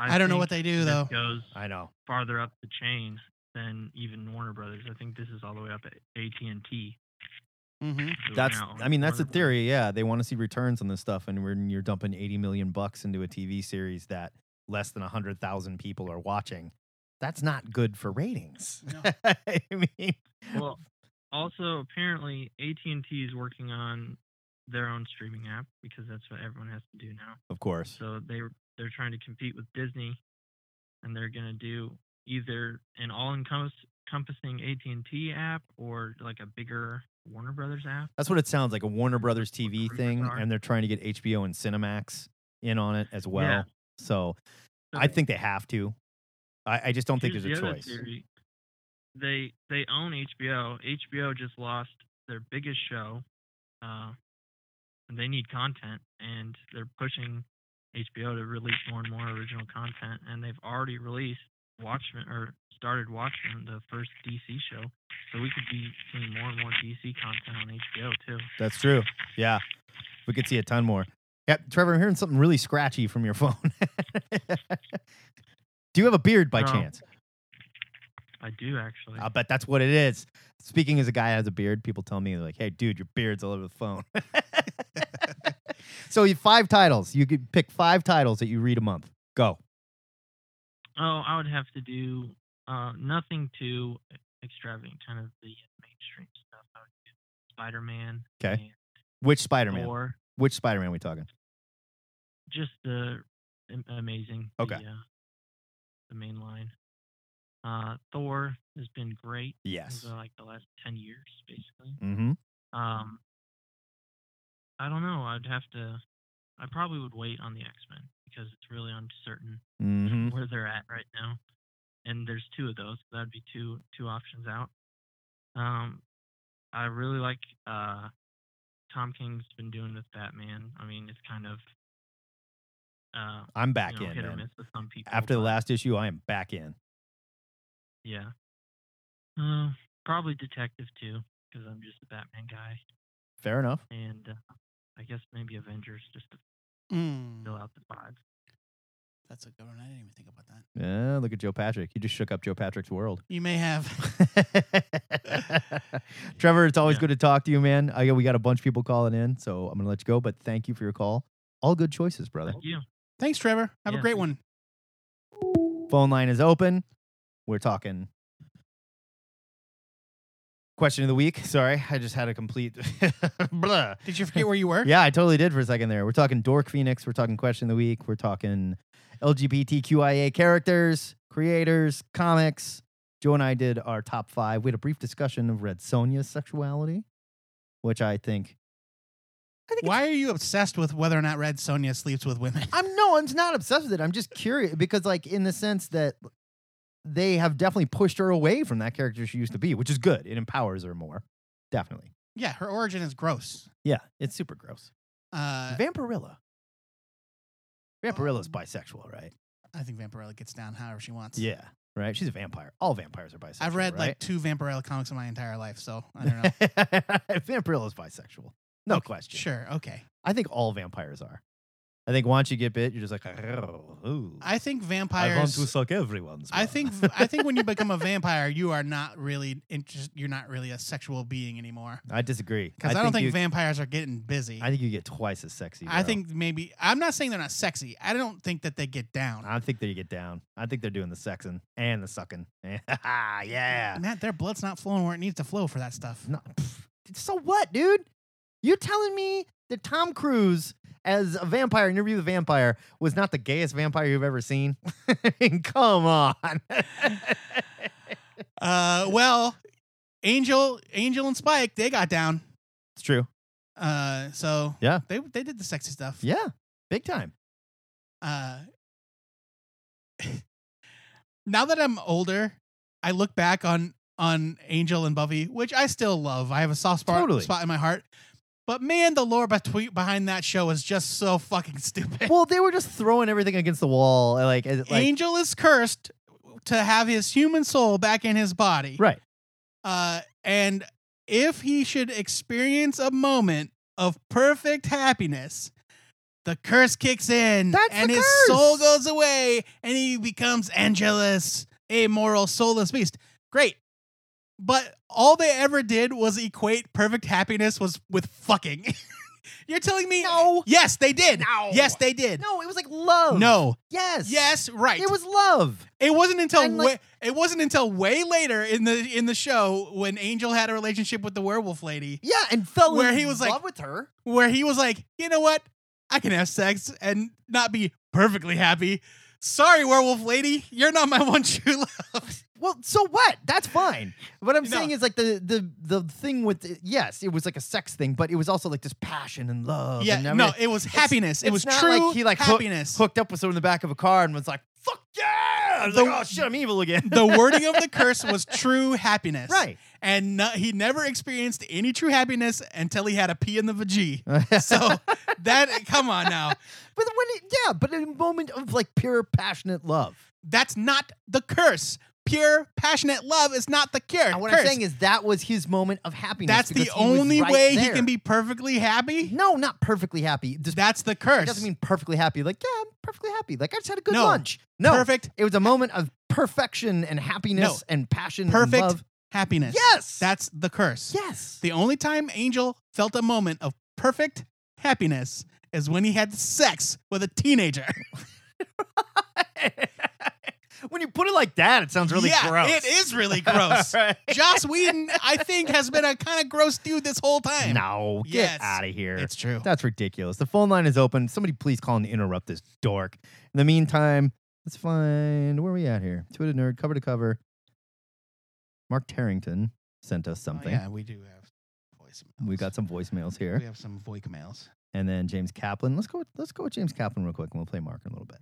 Speaker 5: I, don't know what they
Speaker 8: think
Speaker 5: do though.
Speaker 8: this Goes
Speaker 4: I know.
Speaker 8: farther up the chain than even Warner Brothers. I think this is all the way up at AT and T.
Speaker 5: hmm
Speaker 4: That's I mean that's the theory. Yeah, they want to see returns on this stuff and when you're dumping 80 million bucks into a TV series that less than 100,000 people are watching, that's not good for ratings.
Speaker 5: No.
Speaker 4: I mean,
Speaker 8: Well, also apparently AT and T is working on their own streaming app because that's what everyone has to do now.
Speaker 4: of course.
Speaker 8: So they they're trying to compete with Disney, and they're gonna do either an all encompassing AT and T app or like a bigger Warner Brothers app.
Speaker 4: That's what it sounds like a Warner Brothers TV
Speaker 8: Rumors
Speaker 4: thing
Speaker 8: are.
Speaker 4: and they're trying to get HBO and Cinemax in on it as well. So,
Speaker 8: So
Speaker 4: I think they have to. I, I just don't think
Speaker 8: Here's
Speaker 4: there's a
Speaker 8: the other
Speaker 4: choice.
Speaker 8: theory. They they own HBO. HBO just lost their biggest show, uh, and they need content, and they're pushing HBO to release more and more original content. And they've already released Watchmen or started Watchmen, the first DC show. So we could be seeing more and more DC content on HBO too.
Speaker 4: That's true. Yeah. We could see a ton more. Yeah, Trevor, I'm hearing something really scratchy from your phone. Do you have a beard by
Speaker 8: No.
Speaker 4: chance?
Speaker 8: I do actually.
Speaker 4: I bet that's what it is. Speaking as a guy that has a beard, people tell me like, "Hey, dude, your beard's all over the phone." so you five titles. You could pick five titles that you read a month. Go.
Speaker 8: Oh, I would have to do uh, nothing too e, extravagant, kind of the mainstream stuff. I would do Spider Man.
Speaker 4: 'Kay. Which Spider Man?
Speaker 8: Or
Speaker 4: Which Spider Man we talking?
Speaker 8: just the am- amazing.
Speaker 4: Okay.
Speaker 8: The, uh, the main line. Uh, Thor has been great
Speaker 4: Yes.
Speaker 8: over like the last ten years, basically.
Speaker 4: Mm-hmm.
Speaker 8: Um, I don't know. I'd have to. I probably would wait on the X Men because it's really uncertain
Speaker 4: Mm-hmm.
Speaker 8: where they're at right now. And there's two of those. So that'd be two two options out. Um, I really like uh, Tom King's been doing with Batman. I mean, it's kind of uh,
Speaker 4: I'm back
Speaker 8: you know,
Speaker 4: in.
Speaker 8: hit or
Speaker 4: man.
Speaker 8: miss with some people.
Speaker 4: After the
Speaker 8: but
Speaker 4: last issue, I am back in.
Speaker 8: yeah, uh, probably Detective too because I'm just a Batman guy,
Speaker 4: Fair enough.
Speaker 8: and uh, I guess maybe Avengers just to
Speaker 5: Mm,
Speaker 8: fill out the five.
Speaker 5: that's a good one. I
Speaker 4: eh?
Speaker 5: didn't even think about that.
Speaker 4: Yeah, look at Joe Patrick. You just shook up Joe Patrick's world.
Speaker 5: You may have.
Speaker 4: Trevor, it's always
Speaker 8: Yeah.
Speaker 4: good to talk to you, man. I, we got a bunch of people calling in, so I'm gonna let you go. But thank you for your call. All good choices, brother.
Speaker 8: Thank you.
Speaker 5: Thanks, Trevor. Have a
Speaker 8: Yeah,
Speaker 5: great
Speaker 8: thank-
Speaker 5: one.
Speaker 4: Phone line is open. We're talking. Question of the week. Sorry, I just had a complete blah.
Speaker 5: Did you forget where you were?
Speaker 4: Yeah, I totally did for a second there. We're talking Dork Phoenix. We're talking Question of the Week. We're talking LGBTQIA characters, creators, comics. Joe and I did our top five. We had a brief discussion of Red Sonja's sexuality, which I think.
Speaker 5: Why are you obsessed with whether or not Red Sonia sleeps with women?
Speaker 4: I'm no, I'm not obsessed with it. I'm just curious because, like, in the sense that they have definitely pushed her away from that character she used to be, which is good. It empowers her more. Definitely.
Speaker 5: yeah, her origin is gross.
Speaker 4: Yeah, it's super gross.
Speaker 5: Uh,
Speaker 4: Vampirilla.
Speaker 5: Um,
Speaker 4: Vampirilla's bisexual, right?
Speaker 5: I think Vampirella gets down however she wants.
Speaker 4: Yeah, right. She's a vampire. All vampires are bisexual.
Speaker 5: I've read like
Speaker 4: right?
Speaker 5: two Vampirella comics in my entire life, so I don't know.
Speaker 4: Vampirillo's bisexual. No
Speaker 5: Okay,
Speaker 4: question.
Speaker 5: Sure, okay.
Speaker 4: I think all vampires are. I think once you get bit, you're just like, oh, ooh,
Speaker 5: I
Speaker 4: I
Speaker 5: think
Speaker 4: want to
Speaker 5: vampires.
Speaker 4: suck everyone's.
Speaker 5: I
Speaker 4: blood."
Speaker 5: think I think when you become a vampire, you are not really interest. You're not really a sexual being anymore.
Speaker 4: I disagree
Speaker 5: Because I, don't think
Speaker 4: you,
Speaker 5: vampires are getting busy.
Speaker 4: I think you get twice as sexy.
Speaker 5: I
Speaker 4: bro.
Speaker 5: think maybe I'm not saying they're not sexy. I don't think that they get down.
Speaker 4: I think they get down. I think they're doing the sexing and the sucking. Ah, yeah.
Speaker 5: Matt, their blood's not flowing where it needs to flow for that stuff.
Speaker 4: No, pff, so what, dude? You're telling me that Tom Cruise as a vampire in Interview with the Vampire was not the gayest vampire you've ever seen? I mean, Come on.
Speaker 5: Uh, well, Angel, Angel, and Spike, they got down.
Speaker 4: it's true.
Speaker 5: Uh, so
Speaker 4: Yeah.
Speaker 5: they they did the sexy stuff.
Speaker 4: Yeah, big time.
Speaker 5: Uh, now that I'm older, I look back on on Angel and Buffy, which I still love. I have a soft spot
Speaker 4: Totally.
Speaker 5: spot in my heart. But man, the lore between, behind that show is just so fucking stupid.
Speaker 4: Well, they were just throwing everything against the wall, like, as- like
Speaker 5: Angel is cursed to have his human soul back in his body.
Speaker 4: right.
Speaker 5: Uh, and if he should experience a moment of perfect happiness, the curse kicks in
Speaker 4: That's
Speaker 5: and
Speaker 4: the
Speaker 5: his
Speaker 4: curse.
Speaker 5: soul goes away and he becomes Angelus, a moral, soulless beast. Great. But all they ever did was equate perfect happiness was with fucking. You're telling me
Speaker 4: No.
Speaker 5: Yes, they did.
Speaker 4: No.
Speaker 5: Yes, they did.
Speaker 4: No, it was like love.
Speaker 5: No.
Speaker 4: Yes.
Speaker 5: Yes, right.
Speaker 4: It was love.
Speaker 5: It wasn't until
Speaker 4: And, like-
Speaker 5: way, it wasn't until way later in the in the show when Angel had a relationship with the werewolf lady
Speaker 4: Yeah, and fell
Speaker 5: Where
Speaker 4: in
Speaker 5: he was
Speaker 4: love
Speaker 5: like-
Speaker 4: with her.
Speaker 5: where he was like, "You know what? I can have sex and not be perfectly happy." Sorry, werewolf lady, you're not my one true love.
Speaker 4: Well, so what? That's fine. What I'm
Speaker 5: No.
Speaker 4: saying is like the the the thing with it- yes, it was like a sex thing, but it was also like this passion and love.
Speaker 5: yeah,
Speaker 4: and
Speaker 5: no,
Speaker 4: everything.
Speaker 5: it was
Speaker 4: It's-
Speaker 5: happiness. It
Speaker 4: it's
Speaker 5: was
Speaker 4: not
Speaker 5: true
Speaker 4: Like he like hook-
Speaker 5: happiness.
Speaker 4: hooked up with someone in the back of a car and was like, "Fuck yeah!" I was
Speaker 5: The-
Speaker 4: like, "Oh shit, I'm evil again."
Speaker 5: the wording of the curse was true happiness.
Speaker 4: right.
Speaker 5: And no, he never experienced any true happiness until he had a P in the vagina. So that come on now.
Speaker 4: But when it, yeah, but in a moment of like pure passionate love.
Speaker 5: That's not the curse. Pure passionate love is not the cure.
Speaker 4: And what
Speaker 5: curse.
Speaker 4: I'm saying is that was his moment of happiness.
Speaker 5: that's the
Speaker 4: because he was
Speaker 5: only
Speaker 4: right
Speaker 5: way he
Speaker 4: there.
Speaker 5: can be perfectly happy.
Speaker 4: No, not perfectly happy. Just
Speaker 5: That's the curse.
Speaker 4: It doesn't mean perfectly happy. Like, yeah, I'm perfectly happy. Like, I just had a good
Speaker 5: No.
Speaker 4: lunch. No.
Speaker 5: Perfect.
Speaker 4: It was a moment of perfection and happiness and passion
Speaker 5: perfect
Speaker 4: and love.
Speaker 5: happiness.
Speaker 4: Yes.
Speaker 5: That's the curse.
Speaker 4: yes.
Speaker 5: The only time Angel felt a moment of perfect happiness is when he had sex with a teenager.
Speaker 4: When you put it like that, it sounds really
Speaker 5: yeah,
Speaker 4: gross.
Speaker 5: it is really gross.
Speaker 4: All right.
Speaker 5: Joss Whedon, I think, has been a kind of gross dude this whole time.
Speaker 4: No, get
Speaker 5: Yes.
Speaker 4: out of here.
Speaker 5: It's true.
Speaker 4: That's ridiculous. The phone line is open. Somebody please call and interrupt this dork. In the meantime, let's find where are we at here? Twitter nerd, cover to cover. Mark Tarrington sent us
Speaker 5: Oh,
Speaker 4: something.
Speaker 5: yeah, we do have voicemails.
Speaker 4: We got some voicemails
Speaker 5: we
Speaker 4: here,
Speaker 5: have some voicemails.
Speaker 4: and then James Kaplan. Let's go. With, let's go with James Kaplan real quick, and we'll play Mark in a little bit.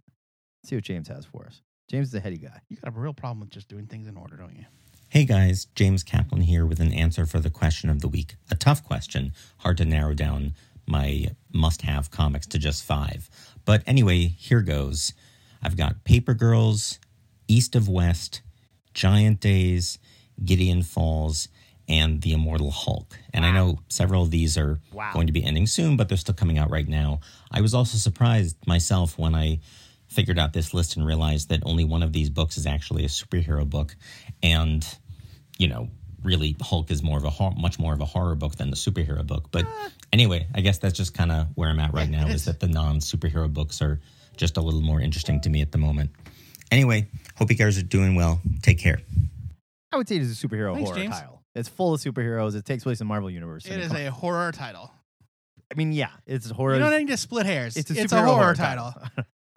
Speaker 4: See what James has for us. James is a heady guy.
Speaker 5: You got a real problem with just doing things in order, don't you?
Speaker 9: Hey guys, James Kaplan here with an answer for the question of the week. A tough question, hard to narrow down my must have comics to just five. But anyway, here goes. I've got Paper Girls, East of West, Giant Days, Gideon Falls, and The Immortal Hulk. And I know several of these are going to be ending soon, but they're still coming out right now. I was also surprised myself when I figured out this list and realized that only one of these books is actually a superhero book. And you know, really Hulk is more of a hor- much more of a horror book than the superhero book. But anyway, I guess that's just kind of where I'm at right now is that the non superhero books are just a little more interesting to me at the moment. Anyway, hope you guys are doing well. Take care.
Speaker 4: I would say it is a superhero
Speaker 5: Thanks,
Speaker 4: horror
Speaker 5: James.
Speaker 4: title. It's full of superheroes. It takes place in Marvel universe. I
Speaker 5: It
Speaker 4: mean,
Speaker 5: is
Speaker 4: come on.
Speaker 5: a horror title.
Speaker 4: I mean, yeah, it's horror.
Speaker 5: You don't need to split hairs. It's a,
Speaker 4: superhero
Speaker 5: horror, title.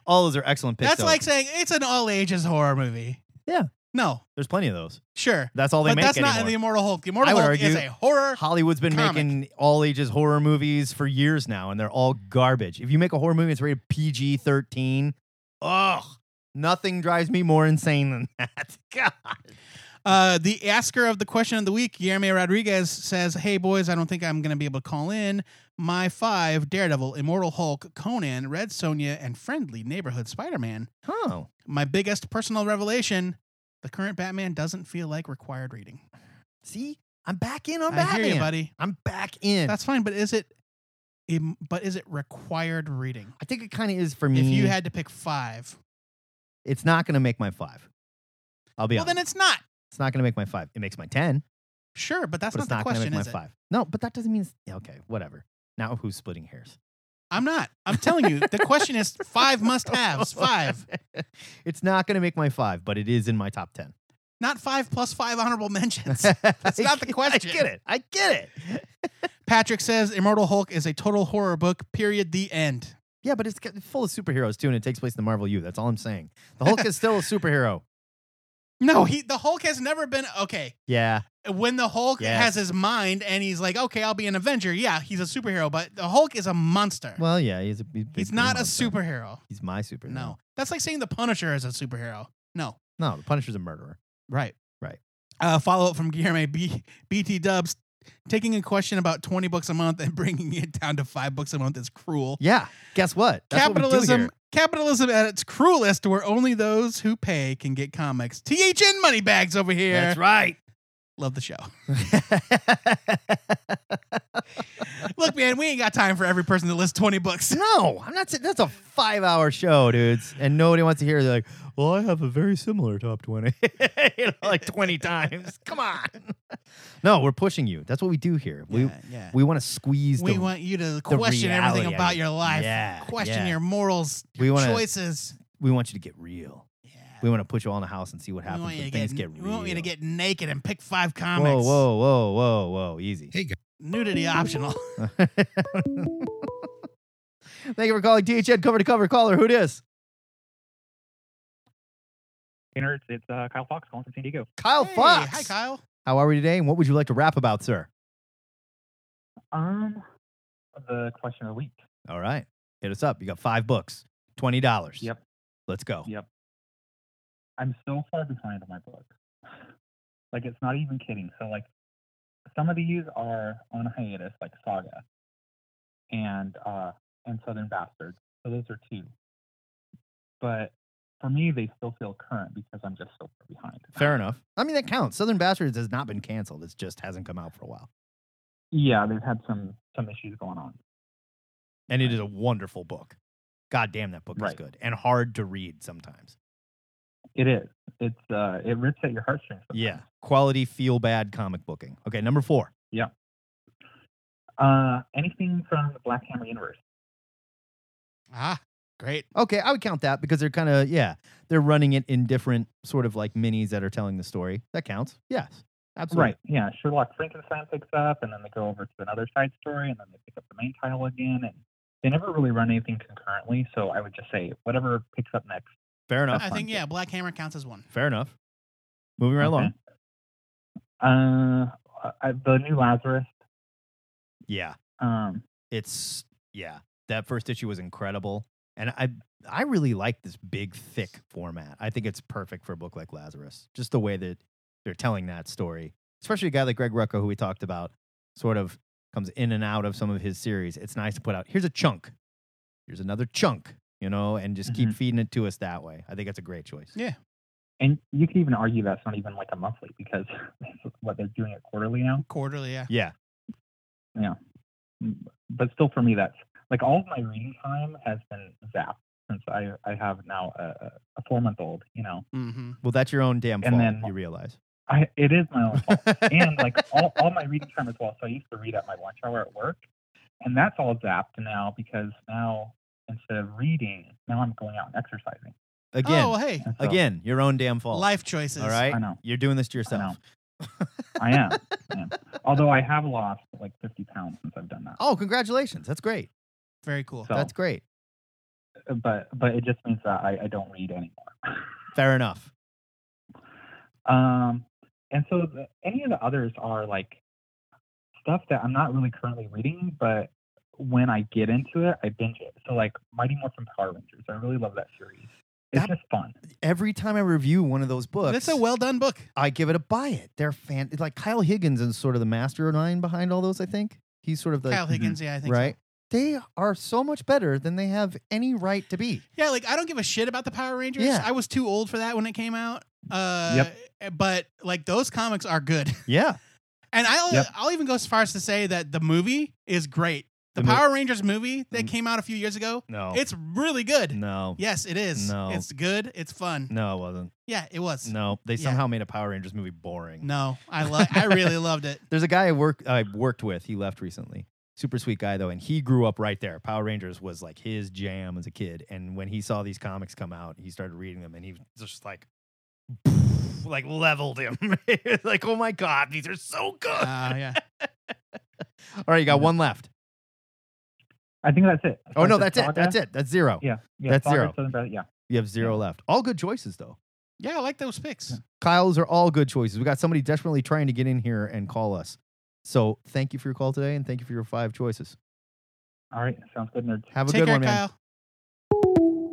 Speaker 4: All those are excellent picks.
Speaker 5: That's
Speaker 4: though.
Speaker 5: like saying it's an all ages horror movie.
Speaker 4: Yeah.
Speaker 5: No,
Speaker 4: there's plenty of those.
Speaker 5: sure.
Speaker 4: That's all they
Speaker 5: but
Speaker 4: make
Speaker 5: that's
Speaker 4: anymore.
Speaker 5: not the Immortal Hulk. The Immortal
Speaker 4: I would
Speaker 5: Hulk is
Speaker 4: argue-
Speaker 5: a horror.
Speaker 4: Hollywood's been
Speaker 5: Comic.
Speaker 4: making all ages horror movies for years now, and they're all garbage. If you make a horror movie, it's rated PG thirteen. Ugh, nothing drives me more insane than that. God,
Speaker 5: Uh, the asker of the question of the week, Guillermo Rodriguez, says, Hey, boys, I don't think I'm going to be able to call in. My five Daredevil, Immortal Hulk, Conan, Red Sonja, and Friendly Neighborhood Spider Man.
Speaker 4: oh,
Speaker 5: My biggest personal revelation the current Batman doesn't feel like required reading.
Speaker 4: see, I'm back in on
Speaker 5: I
Speaker 4: Batman.
Speaker 5: hear you, buddy.
Speaker 4: I'm back in.
Speaker 5: That's fine, but is it. im- But is it required reading?
Speaker 4: I think it kind of is for me.
Speaker 5: If you had to pick five,
Speaker 4: it's not going to make my five. I'll be
Speaker 5: well,
Speaker 4: honest.
Speaker 5: then it's not.
Speaker 4: it's not going to make my five. It makes my ten,
Speaker 5: Sure, but that's
Speaker 4: but
Speaker 5: not
Speaker 4: it's
Speaker 5: the
Speaker 4: not going to
Speaker 5: question,
Speaker 4: make my
Speaker 5: is it?
Speaker 4: five. No, but that doesn't mean. It's, yeah, okay, whatever. Now who's splitting hairs?
Speaker 5: I'm not. I'm telling you, the question is five must-haves. Five,
Speaker 4: it's not going to make my five, but it is in my top ten.
Speaker 5: not five plus five honorable mentions.
Speaker 4: That's
Speaker 5: not the question.
Speaker 4: I get it. I get it.
Speaker 5: Patrick says Immortal Hulk is a total horror book. Period. The end.
Speaker 4: Yeah, but it's got- full of superheroes too, and it takes place in the Marvel U. That's all I'm saying. The Hulk is still a superhero.
Speaker 5: No, he the Hulk has never been okay.
Speaker 4: Yeah,
Speaker 5: When the Hulk
Speaker 4: Yes.
Speaker 5: has his mind and he's like, okay, I'll be an Avenger. Yeah, he's a superhero, but the Hulk is a monster.
Speaker 4: well, yeah, he's a he's, big
Speaker 5: he's not a
Speaker 4: monster.
Speaker 5: superhero.
Speaker 4: He's my superhero.
Speaker 5: No, that's like saying the Punisher is a superhero. No,
Speaker 4: no, the Punisher's a murderer.
Speaker 5: Right.
Speaker 4: Right.
Speaker 5: Uh, follow up from Guillermo B- BT Dubs. Taking a question about 20 books a month and bringing it down to five books a month is cruel.
Speaker 4: Yeah, guess what? That's what we do
Speaker 5: capitalism,
Speaker 4: here.
Speaker 5: capitalism at its cruelest, where only those who pay can get comics. THN money bags over here.
Speaker 4: That's right.
Speaker 5: Love the show. Look, man, we ain't got time for every person that lists 20 books.
Speaker 4: no, Oh, I'm not. saying That's a five-hour show, dudes, and nobody wants to hear. They're like, "Well, I have a very similar top 20. you know, like 20 times. Come on. no, we're pushing you. That's what we do here. We
Speaker 5: yeah, yeah.
Speaker 4: we want to squeeze.
Speaker 5: We
Speaker 4: the,
Speaker 5: want you to
Speaker 4: the reality
Speaker 5: question
Speaker 4: of
Speaker 5: everything about
Speaker 4: it.
Speaker 5: your life,
Speaker 4: Yeah,
Speaker 5: question
Speaker 4: yeah.
Speaker 5: your morals,
Speaker 4: we want to
Speaker 5: choices.
Speaker 4: we want you to get real.
Speaker 5: Yeah.
Speaker 4: We want to put you all in the house and see what happens
Speaker 5: we want you
Speaker 4: when
Speaker 5: to
Speaker 4: things
Speaker 5: get,
Speaker 4: get real.
Speaker 5: we want you to get naked and pick five comics.
Speaker 4: whoa, whoa, whoa, whoa, whoa, easy.
Speaker 5: Nudity optional.
Speaker 4: Thank you for calling DHN cover to cover caller. Who dis?
Speaker 10: Hey, nerds, it's uh, Kyle Fox calling from San Diego.
Speaker 4: Kyle
Speaker 5: Hey,
Speaker 4: Fox.
Speaker 5: Hi, Kyle.
Speaker 4: How are we today? And what would you like to rap about, sir?
Speaker 10: Um, the question of the week.
Speaker 4: All right, hit us up. You got five books, twenty dollars.
Speaker 10: Yep.
Speaker 4: Let's go.
Speaker 10: Yep. I'm so far behind on my book. Like, it's not even kidding. So, like, some of these are on hiatus, like Saga and uh, and Southern Bastards. So those are two. But for me, they still feel current because I'm just so far behind.
Speaker 4: Fair enough. I mean that counts. Southern Bastards has not been canceled. It just hasn't come out for a while,
Speaker 10: Yeah, they've had some some issues going on.
Speaker 4: and it is a wonderful book. God damn, that book is
Speaker 10: Right.
Speaker 4: good and hard to read sometimes.
Speaker 10: It is. It's uh, it rips at your heartstrings. sometimes.
Speaker 4: Yeah. Quality feel bad comic booking. Okay, number four.
Speaker 10: Uh, anything from the Black Hammer universe.
Speaker 5: Ah, Great.
Speaker 4: Okay, I would count that because they're kind of yeah, they're running it in different sort of like minis that are telling the story. That counts. Yes, absolutely.
Speaker 10: Right. Yeah. Sherlock Frankenstein picks up, and then they go over to another side story, and then they pick up the main title again, and they never really run anything concurrently. So I would just say whatever picks up next.
Speaker 4: Fair enough.
Speaker 10: That's
Speaker 5: I
Speaker 10: fine,
Speaker 5: think
Speaker 10: too.
Speaker 5: yeah, Black Hammer counts as one.
Speaker 4: Fair enough. Moving right along.
Speaker 10: along. Uh, I, the new Lazarus.
Speaker 4: Yeah,
Speaker 10: Um,
Speaker 4: it's yeah. That first issue was incredible, and I I really like this big thick format. I think it's perfect for a book like Lazarus. Just the way that they're telling that story, especially a guy like Greg Rucka, who we talked about, sort of comes in and out of some of his series. It's nice to put out. Here's a chunk. Here's another chunk. You know, and just keep feeding it to us that way. I think that's a great choice.
Speaker 5: Yeah.
Speaker 10: and you could even argue that's not even like a monthly because that's what they're doing it quarterly now. Mm,
Speaker 5: Quarterly, yeah.
Speaker 4: Yeah.
Speaker 10: But still, for me, that's like all of my reading time has been zapped since I I have now a, a- a four month old. You know,
Speaker 5: Mm-hmm.
Speaker 4: Well, that's your own damn
Speaker 10: And
Speaker 4: fault.
Speaker 10: then-
Speaker 4: you realize.
Speaker 10: I it is my own fault. and like all, all my reading time as well. So I used to read at my lunch hour at work, and that's all zapped now because now instead of reading, now I'm going out and exercising.
Speaker 4: again,
Speaker 5: Oh well, hey,
Speaker 10: And so-
Speaker 4: again, your own damn fault.
Speaker 5: life choices.
Speaker 4: All right,
Speaker 10: I know.
Speaker 4: you're doing this to yourself.
Speaker 10: I am. I am. Although I have lost like 50 pounds since I've done that.
Speaker 4: Oh, congratulations! That's great.
Speaker 5: Very cool.
Speaker 10: So- uh,
Speaker 4: That's great.
Speaker 10: But but it just means that I, I don't read anymore.
Speaker 4: Fair enough.
Speaker 10: Um, and so the, any of the others are like stuff that I'm not really currently reading, but when I get into it, I binge it. So like Mighty Morphin Power Rangers, I really love that series. It's
Speaker 4: That-
Speaker 10: just fun.
Speaker 4: Every time I review one of those books,
Speaker 5: That's a well done book.
Speaker 4: I give it a buy it. They're fan. It's like Kyle Higgins is sort of the mastermind behind all those. I think he's sort of the Mm-hmm.
Speaker 5: Kyle Higgins, yeah, I think. so.
Speaker 4: right. They are so much better than they have any right to be.
Speaker 5: Yeah, like I don't give a shit about the Power Rangers.
Speaker 4: Yeah.
Speaker 5: I was too old for that when it came out. Uh, But like those comics are good,
Speaker 4: Yeah,
Speaker 5: and I'll
Speaker 10: Yep.
Speaker 5: I'll even go as far as to say that the movie is great. The,
Speaker 4: The mo-
Speaker 5: Power Rangers movie that
Speaker 4: Mm.
Speaker 5: came out a few years ago,
Speaker 4: no,
Speaker 5: it's really good.
Speaker 4: no,
Speaker 5: Yes, it is.
Speaker 4: No.
Speaker 5: It's good. It's fun.
Speaker 4: no, it wasn't.
Speaker 5: Yeah, it was.
Speaker 4: No, they
Speaker 5: Yeah.
Speaker 4: somehow made a Power Rangers movie boring.
Speaker 5: No, I lo- I really loved it.
Speaker 4: There's a guy I work I worked with. He left recently. Super sweet guy though, and he grew up right there. Power Rangers was like his jam as a kid. And when he saw these comics come out, he started reading them, and he was just like, like leveled him. like, oh my god, these are so good.
Speaker 5: Uh, yeah.
Speaker 4: All right, you got one left.
Speaker 10: I think that's it.
Speaker 4: Oh no, that's it. That's it. That's zero.
Speaker 10: Yeah. yeah
Speaker 4: That's
Speaker 10: Saga,
Speaker 4: zero.
Speaker 10: Southern Brother- yeah.
Speaker 4: You have zero left. All good choices though.
Speaker 5: Yeah, I like those picks.
Speaker 4: Kyle's are all good choices. We got somebody desperately trying to get in here and call us. So thank you for your call today, and thank you for your five choices.
Speaker 10: All right. Sounds good, nerds.
Speaker 4: Have a
Speaker 5: Take
Speaker 4: good
Speaker 5: care,
Speaker 4: one, man.
Speaker 5: Kyle.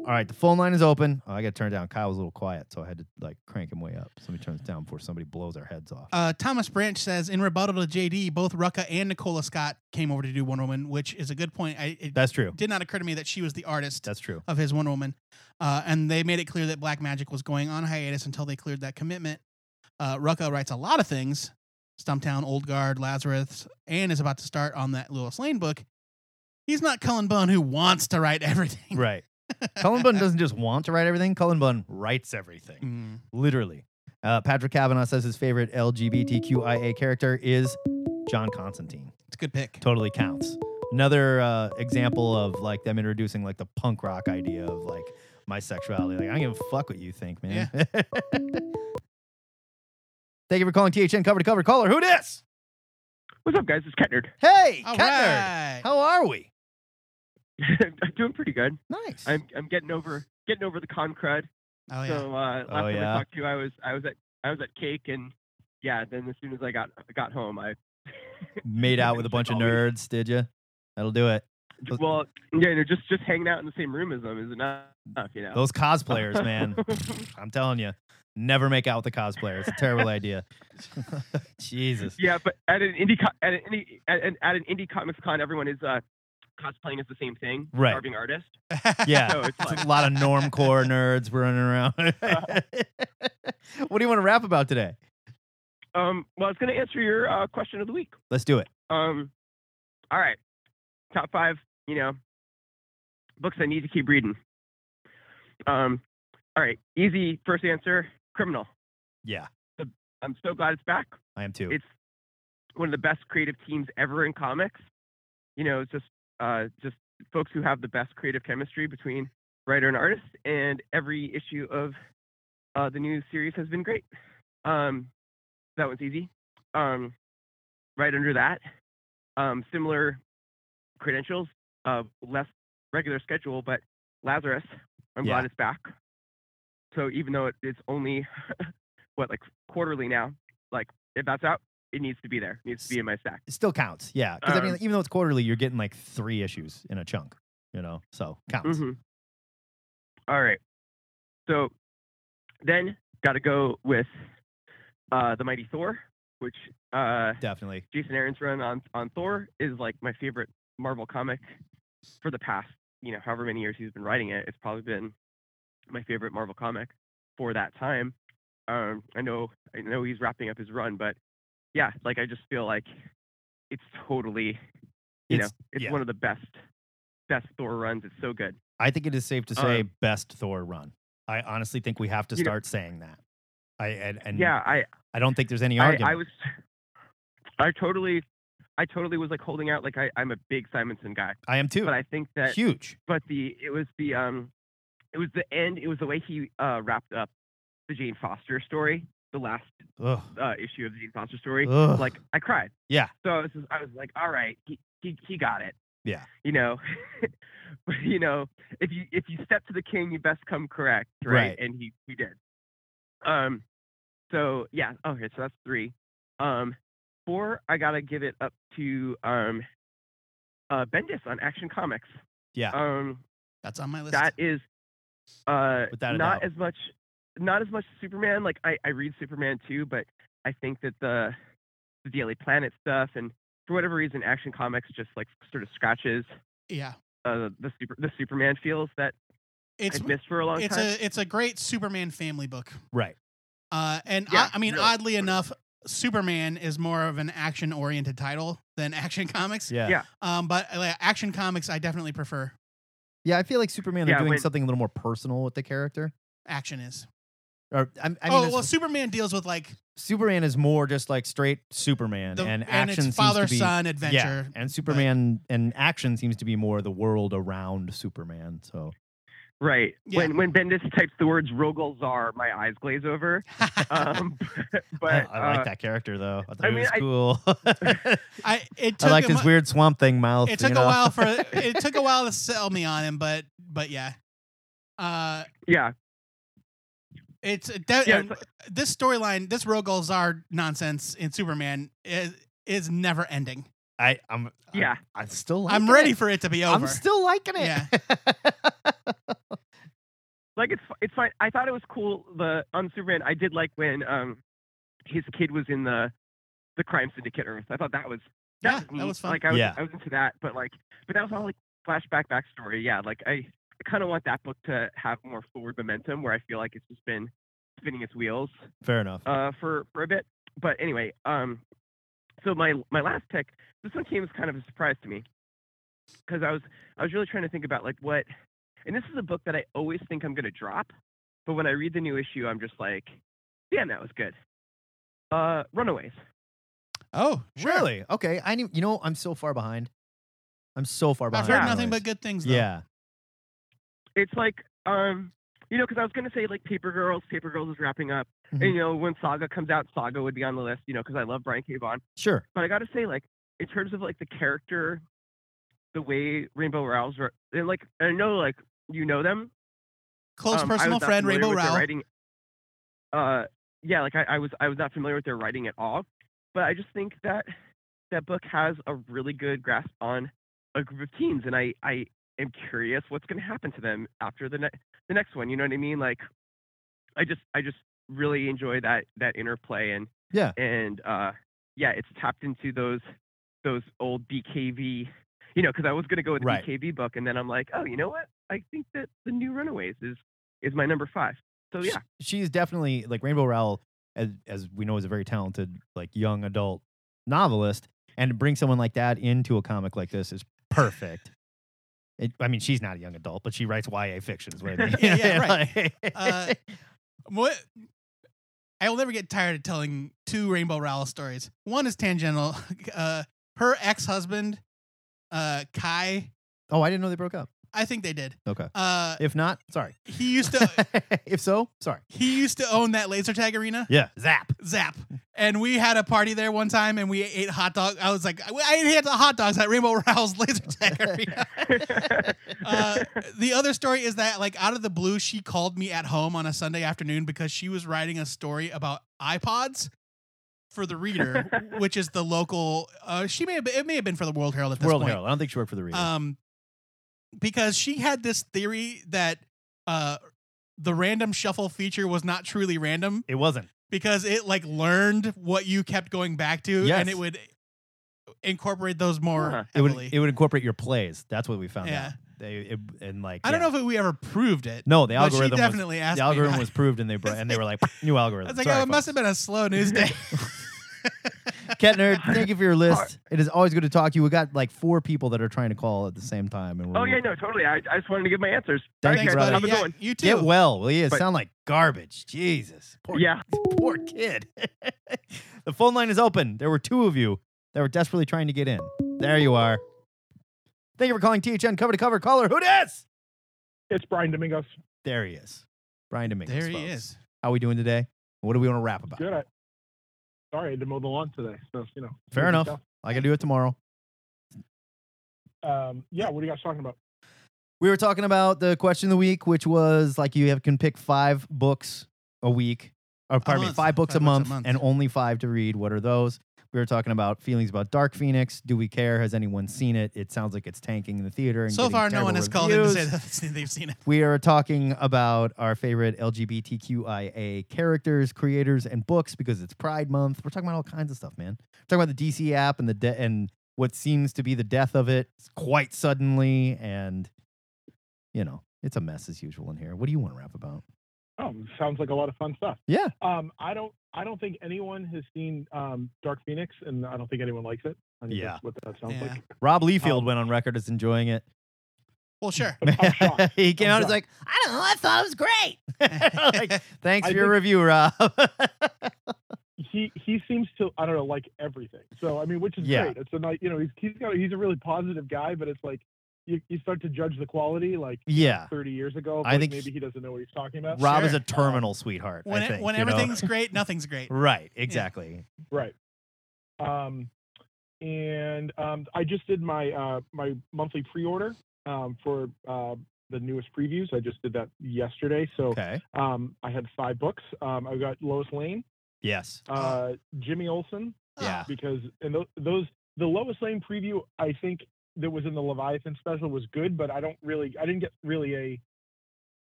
Speaker 4: All right, the phone line is open. Oh, I got to turn it down. Kyle was a little quiet, so I had to like crank him way up. So let me turn this down before somebody blows our heads off.
Speaker 5: Uh, Thomas Branch says in rebuttal to JD, both Rucka and Nicola Scott came over to do Wonder Woman, which is a good point. I, it
Speaker 4: That's true.
Speaker 5: did not occur to me that she was the artist
Speaker 4: That's true.
Speaker 5: of his Wonder Woman, uh, and they made it clear that Black Magic was going on hiatus until they cleared that commitment. Uh, Rucka writes a lot of things, Stumptown, Old Guard, Lazarus, and is about to start on that Lewis Lane book. He's not Cullen Bunn who wants to write everything.
Speaker 4: Right. Cullen Bunn doesn't just want to write everything. Cullen Bunn writes everything,
Speaker 5: Mm.
Speaker 4: literally. Uh, Patrick Kavanaugh says his favorite LGBTQIA character is John Constantine.
Speaker 5: It's a good pick.
Speaker 4: Totally counts. Another uh, example of like them introducing like the punk rock idea of like my sexuality. Like I don't give a fuck what you think, man. Thank you for calling THN cover to cover caller. Who dis?
Speaker 7: What's up, guys? It's Cat Nerd.
Speaker 4: Hey,
Speaker 5: All
Speaker 4: Cat
Speaker 5: right.
Speaker 4: Nerd, how are we?
Speaker 7: I'm doing pretty good.
Speaker 4: Nice.
Speaker 7: I'm I'm getting over getting over the con crud.
Speaker 5: Oh, yeah.
Speaker 7: So uh, last
Speaker 4: Oh,
Speaker 7: time
Speaker 4: yeah?
Speaker 7: I talked to you, I was I was at I was at Cake, and yeah. Then as soon as I got got home, I
Speaker 4: Made out with a bunch of nerds, did you? That'll do it. Those-
Speaker 7: well, yeah, you know, just just hanging out in the same room as them is enough, you know.
Speaker 4: Those cosplayers, man. I'm telling you, never make out with the cosplayers. It's a terrible idea. Jesus.
Speaker 7: Yeah, but at an indie co- at an indie at an, at an indie comics con, everyone is uh, cosplaying as the same thing,
Speaker 4: Right.
Speaker 7: starving artist.
Speaker 4: Yeah.
Speaker 7: So it's
Speaker 4: It's
Speaker 7: like
Speaker 4: a lot of normcore nerds running around.
Speaker 11: Uh-huh.
Speaker 4: what do you want to rap about today?
Speaker 7: um, well, I was gonna answer your uh, question of the week.
Speaker 4: Let's do it.
Speaker 7: Um, all right, top five, you know, books I need to keep reading. Um, all right, easy first answer, Criminal.
Speaker 4: Yeah,
Speaker 7: I'm so glad it's back.
Speaker 4: I am too.
Speaker 7: It's one of the best creative teams ever in comics. You know, it's just uh, just folks who have the best creative chemistry between
Speaker 11: writer and artist, and every issue of uh, the new series has been great. Um, that one's easy. Um, right under that, um, similar credentials, uh, less regular schedule, but Lazarus, I'm
Speaker 4: Yeah.
Speaker 11: glad it's back. So even though it, it's only what like quarterly now, like if that's out, it needs to be there. It needs to be in my stack.
Speaker 4: It still counts. Yeah. Because I mean,
Speaker 11: Um,
Speaker 4: even though it's quarterly, you're getting like three issues in a chunk, you know? So counts.
Speaker 11: Mhm. All right. So then got to go with uh, the Mighty Thor, which uh,
Speaker 4: Definitely.
Speaker 11: Jason Aaron's run on on Thor is like my favorite Marvel comic for the past you know however many years he's been writing it. It's probably been my favorite Marvel comic for that time. Um, I know I know he's wrapping up his run, but yeah, like I just feel like it's totally you
Speaker 4: It's-
Speaker 11: know it's
Speaker 4: yeah.
Speaker 11: one of the best best Thor runs. It's so good.
Speaker 4: I think it is safe to say
Speaker 11: Um,
Speaker 4: best Thor run. I honestly think we have to
Speaker 11: You know-
Speaker 4: start saying that. I and, and
Speaker 11: yeah, I
Speaker 4: I don't think there's any
Speaker 11: I,
Speaker 4: argument.
Speaker 11: I was, I totally, I totally was like holding out. Like I, I'm a big Simonson guy,
Speaker 4: I am too.
Speaker 11: but I think that,
Speaker 4: Huge.
Speaker 11: but the it was the um, it was the end. It was the way he uh, wrapped up the Jane Foster story, the last
Speaker 4: Ugh.
Speaker 11: uh, issue of the Jane Foster story.
Speaker 4: Ugh.
Speaker 11: Like I cried.
Speaker 4: Yeah.
Speaker 11: So I was, just- I was like, all right, he, he he got it.
Speaker 4: Yeah.
Speaker 11: You know, but you know, if you if you step to the king, you best come correct,
Speaker 4: Right.
Speaker 11: right? And he he did. Um, so yeah, okay, so that's three. Um, four, I gotta give it up to um, uh, Bendis on Action Comics.
Speaker 4: Yeah.
Speaker 11: Um,
Speaker 5: That's on my list.
Speaker 11: that is uh
Speaker 4: Without a
Speaker 11: not
Speaker 4: doubt.
Speaker 11: as much not as much superman like I, I read superman too but i think that the the daily planet stuff and for whatever reason action comics just like sort of scratches
Speaker 5: yeah.
Speaker 11: uh the super the superman feels that
Speaker 5: It's
Speaker 11: i missed for a long
Speaker 5: it's
Speaker 11: time
Speaker 5: a it's a great Superman family book.
Speaker 4: Right.
Speaker 5: Uh, and
Speaker 11: Yeah,
Speaker 5: I, I mean,
Speaker 11: really.
Speaker 5: oddly enough, Superman is more of an action oriented title than Action Comics.
Speaker 4: Yeah.
Speaker 11: Yeah.
Speaker 5: Um, but uh, Action Comics, I definitely prefer.
Speaker 4: Yeah, I feel like Superman they're
Speaker 11: Yeah,
Speaker 4: doing
Speaker 11: when-
Speaker 4: something a little more personal with the character.
Speaker 5: Action is.
Speaker 4: Or I, I mean,
Speaker 5: oh
Speaker 4: it's-
Speaker 5: well, Superman deals with like
Speaker 4: Superman is more just like straight Superman,
Speaker 5: the
Speaker 4: and action
Speaker 5: it's
Speaker 4: seems to be
Speaker 5: father-son
Speaker 4: yeah,
Speaker 5: adventure.
Speaker 4: and Superman and action seems to be more the world around Superman. So
Speaker 11: right
Speaker 5: Yeah.
Speaker 11: when when bendis types the words rogal czar my eyes glaze over um but
Speaker 4: I, I like
Speaker 11: uh,
Speaker 4: that character though. I thought
Speaker 11: I
Speaker 4: it
Speaker 11: mean,
Speaker 4: was
Speaker 11: I-
Speaker 4: cool.
Speaker 5: I it
Speaker 11: uh,
Speaker 4: I
Speaker 5: took
Speaker 4: liked
Speaker 5: him
Speaker 4: his weird swamp thing mouth.
Speaker 5: It
Speaker 4: you
Speaker 5: took
Speaker 4: know?
Speaker 5: a while for it took a while to sell me on him, but but yeah. Uh,
Speaker 11: yeah
Speaker 5: It's a de-
Speaker 11: Yeah,
Speaker 5: and this storyline, this Rogal Zar nonsense in Superman is is never ending.
Speaker 4: I, I'm
Speaker 11: yeah
Speaker 4: I'm, I'm still.
Speaker 5: I'm
Speaker 4: liking
Speaker 5: ready
Speaker 4: it.
Speaker 5: for it to be over.
Speaker 4: I'm still liking it.
Speaker 11: like it's it's fine. I thought it was cool. The on Superman, I did like when um his kid was in the the crime syndicate Earth. I thought that was that
Speaker 5: Yeah,
Speaker 11: was
Speaker 5: that
Speaker 11: neat.
Speaker 5: was fun.
Speaker 11: Like I was
Speaker 4: Yeah.
Speaker 11: I was into that, but like but that was all like flashback backstory. Yeah, like I I kind of want that book to have more forward momentum where I feel like it's just been spinning its wheels
Speaker 4: Fair enough.
Speaker 11: uh, for for a bit. But anyway, um, so my my last pick, this one came as kind of a surprise to me, because I was I was really trying to think about like what, and this is a book that I always think I'm gonna drop, but when I read the new issue, I'm just like, damn, that was good. Uh, Runaways.
Speaker 5: oh, sure.
Speaker 4: Really? Okay. I knew. You know, I'm so far behind. I'm so far behind.
Speaker 5: I've heard
Speaker 11: Yeah.
Speaker 5: nothing
Speaker 4: Runaways.
Speaker 5: but good things. Though.
Speaker 4: Yeah.
Speaker 11: It's like um, you know, because I was gonna say like Paper Girls. Paper Girls is wrapping up,
Speaker 4: Mhm.
Speaker 11: and you know when Saga comes out, Saga would be on the list. You know, because I love Brian K. Vaughan.
Speaker 4: Sure.
Speaker 11: but I gotta say, like in terms of like the character, the way Rainbow Rowell's wr- and like I know like you know them.
Speaker 5: Close
Speaker 11: um, I was
Speaker 5: personal
Speaker 11: not
Speaker 5: friend
Speaker 11: familiar
Speaker 5: Rainbow
Speaker 11: with their
Speaker 5: Rowell.
Speaker 11: Writing, uh, yeah, like I, I was I was not familiar with their writing at all, but I just think that that book has a really good grasp on a group of teens, and I I am curious what's gonna happen to them after the next the next one. You know what I mean? Like, I just I just really enjoy that that interplay and
Speaker 4: Yeah.
Speaker 11: and uh yeah, it's tapped into those those old BKV, you know, because I was gonna go with the
Speaker 4: Right.
Speaker 11: BKV book, and then I'm like, oh, you know what? I think that the new Runaways is is my number five. So yeah,
Speaker 4: She's definitely like Rainbow Rowell, as as we know, is a very talented like young adult novelist, and to bring someone like that into a comic like this is perfect. It, I mean, she's not a young adult, but she writes YA fiction. Is what I mean.
Speaker 5: Yeah, yeah, right.
Speaker 4: Like-
Speaker 5: Uh, What? I will never get tired of telling two Rainbow Rowell stories. One is tangential. Uh, her ex husband, uh, Kai.
Speaker 4: oh, I didn't know they broke up.
Speaker 5: I think they did.
Speaker 4: Okay.
Speaker 5: Uh,
Speaker 4: if not, sorry.
Speaker 5: he used to
Speaker 4: if so, sorry.
Speaker 5: he used to own that laser tag arena.
Speaker 4: Yeah. Zap.
Speaker 5: Zap. And we had a party there one time, and we ate hot dog. I was like, I I ate hot dogs at Rainbow Rowell's laser tag arena. Uh, the other story is that, like, out of the blue, she called me at home on a Sunday afternoon because she was writing a story about iPods for the reader, which is the local. Uh, she may have been, it may have been for the World Herald at this
Speaker 4: World
Speaker 5: point.
Speaker 4: Herald. I don't think she worked for the reader.
Speaker 5: Um, because she had this theory that uh, the random shuffle feature was not truly random
Speaker 4: it wasn't.
Speaker 5: because it like learned what you kept going back to,
Speaker 4: Yes.
Speaker 5: and it would incorporate those more
Speaker 11: Huh.
Speaker 4: It would
Speaker 5: heavily.
Speaker 4: it would incorporate your plays. That's what we found
Speaker 5: Yeah.
Speaker 4: out. They it, and like
Speaker 5: I don't
Speaker 4: yeah.
Speaker 5: know if we ever proved it.
Speaker 4: No, the
Speaker 5: but she
Speaker 4: algorithm was-
Speaker 5: definitely asked.
Speaker 4: the
Speaker 5: me
Speaker 4: algorithm
Speaker 5: about
Speaker 4: was
Speaker 5: it.
Speaker 4: proved and they br- and they were like new
Speaker 5: I
Speaker 4: algorithm.
Speaker 5: was like,
Speaker 4: Sorry,
Speaker 5: oh, it
Speaker 4: folks.
Speaker 5: must have been a slow news day.
Speaker 4: Cat nerd, thank you for your list. It is always good to talk to you. We got like four people that are trying to call at the same time, and we're
Speaker 11: Oh yeah, no, totally. I, I just wanted to give my answers.
Speaker 4: Thank you,
Speaker 5: Thanks,
Speaker 11: guys.
Speaker 4: brother.
Speaker 11: Have a
Speaker 5: buddy.
Speaker 11: good
Speaker 5: Yeah,
Speaker 11: one.
Speaker 5: you too.
Speaker 4: get well. Well, yeah,
Speaker 11: But-
Speaker 4: sound like garbage. Jesus, poor,
Speaker 11: Yeah.
Speaker 4: poor kid. the phone line is open. There were two of you that were desperately trying to get in. There you are. Thank you for calling THN cover to cover. Caller, who dis?
Speaker 12: It's Brian Domingos.
Speaker 4: There he is, Brian Dominguez.
Speaker 5: There he
Speaker 4: folks.
Speaker 5: is.
Speaker 4: How we doing today? What do we want to rap about?
Speaker 12: Good. I, sorry, I had to mow the lawn today, so you know.
Speaker 4: Fair
Speaker 12: busy
Speaker 4: enough. I can do it tomorrow.
Speaker 12: stuff. Um, yeah. What are you guys talking about?
Speaker 4: We were talking about the question of the week, which was like you have can pick five books a week, or pardon me,
Speaker 5: month.
Speaker 4: five books a,
Speaker 5: Five books a
Speaker 4: month,
Speaker 5: month.
Speaker 4: and only five to read. What are those? We were talking about feelings about Dark Phoenix. Do we care? Has anyone seen it? It sounds like it's tanking in the theater. And
Speaker 5: So
Speaker 4: getting
Speaker 5: far, no
Speaker 4: terrible
Speaker 5: one has called in to say
Speaker 4: reviews.
Speaker 5: that they've seen it.
Speaker 4: We are talking about our favorite LGBTQIA characters, creators, and books because it's Pride Month. We're talking about all kinds of stuff, man. We're talking about the DC app and the de- and what seems to be the death of it quite suddenly, and you know it's a mess as usual in here. What do you want to rap about?
Speaker 12: Oh, sounds like a lot of fun stuff.
Speaker 4: Yeah.
Speaker 12: Um, I don't. I don't think anyone has seen um, Dark Phoenix, and I don't think anyone likes it. I think
Speaker 4: Yeah.
Speaker 12: That's what that sounds
Speaker 5: Yeah.
Speaker 12: like.
Speaker 4: Rob Leafield
Speaker 12: Um,
Speaker 4: went on record as enjoying it.
Speaker 5: Well, sure.
Speaker 12: I'm shocked.
Speaker 4: he came
Speaker 12: I'm
Speaker 4: out and was like,
Speaker 12: shocked.
Speaker 4: "I don't know. I thought it was great." Like, Thanks
Speaker 12: I
Speaker 4: for your
Speaker 12: think-
Speaker 4: review, Rob.
Speaker 12: He he seems to I don't know like everything. So I mean, which is
Speaker 4: Yeah.
Speaker 12: great. It's a nice you know he's he's got he's a really positive guy, but it's like you, you start to judge the quality like
Speaker 4: yeah,
Speaker 12: 30 years ago.
Speaker 4: I
Speaker 12: like,
Speaker 4: think
Speaker 12: maybe he doesn't know what he's talking about.
Speaker 4: Rob is
Speaker 5: Sure.
Speaker 4: a terminal sweetheart. I
Speaker 5: When, it-
Speaker 4: think,
Speaker 5: when
Speaker 4: you know?
Speaker 5: everything's great, nothing's great.
Speaker 4: Right, exactly.
Speaker 12: Right. Um, and um, I just did my uh, my monthly pre-order um, for uh, the newest previews. I just did that yesterday, so
Speaker 4: Okay.
Speaker 12: um, I had five books. Um, I've got Lois Lane,
Speaker 4: Yes.
Speaker 12: uh, Jimmy Olsen,
Speaker 4: Yeah.
Speaker 12: because and tho- those the Lois Lane preview I think that was in the Leviathan special was good, but I don't really I didn't get really a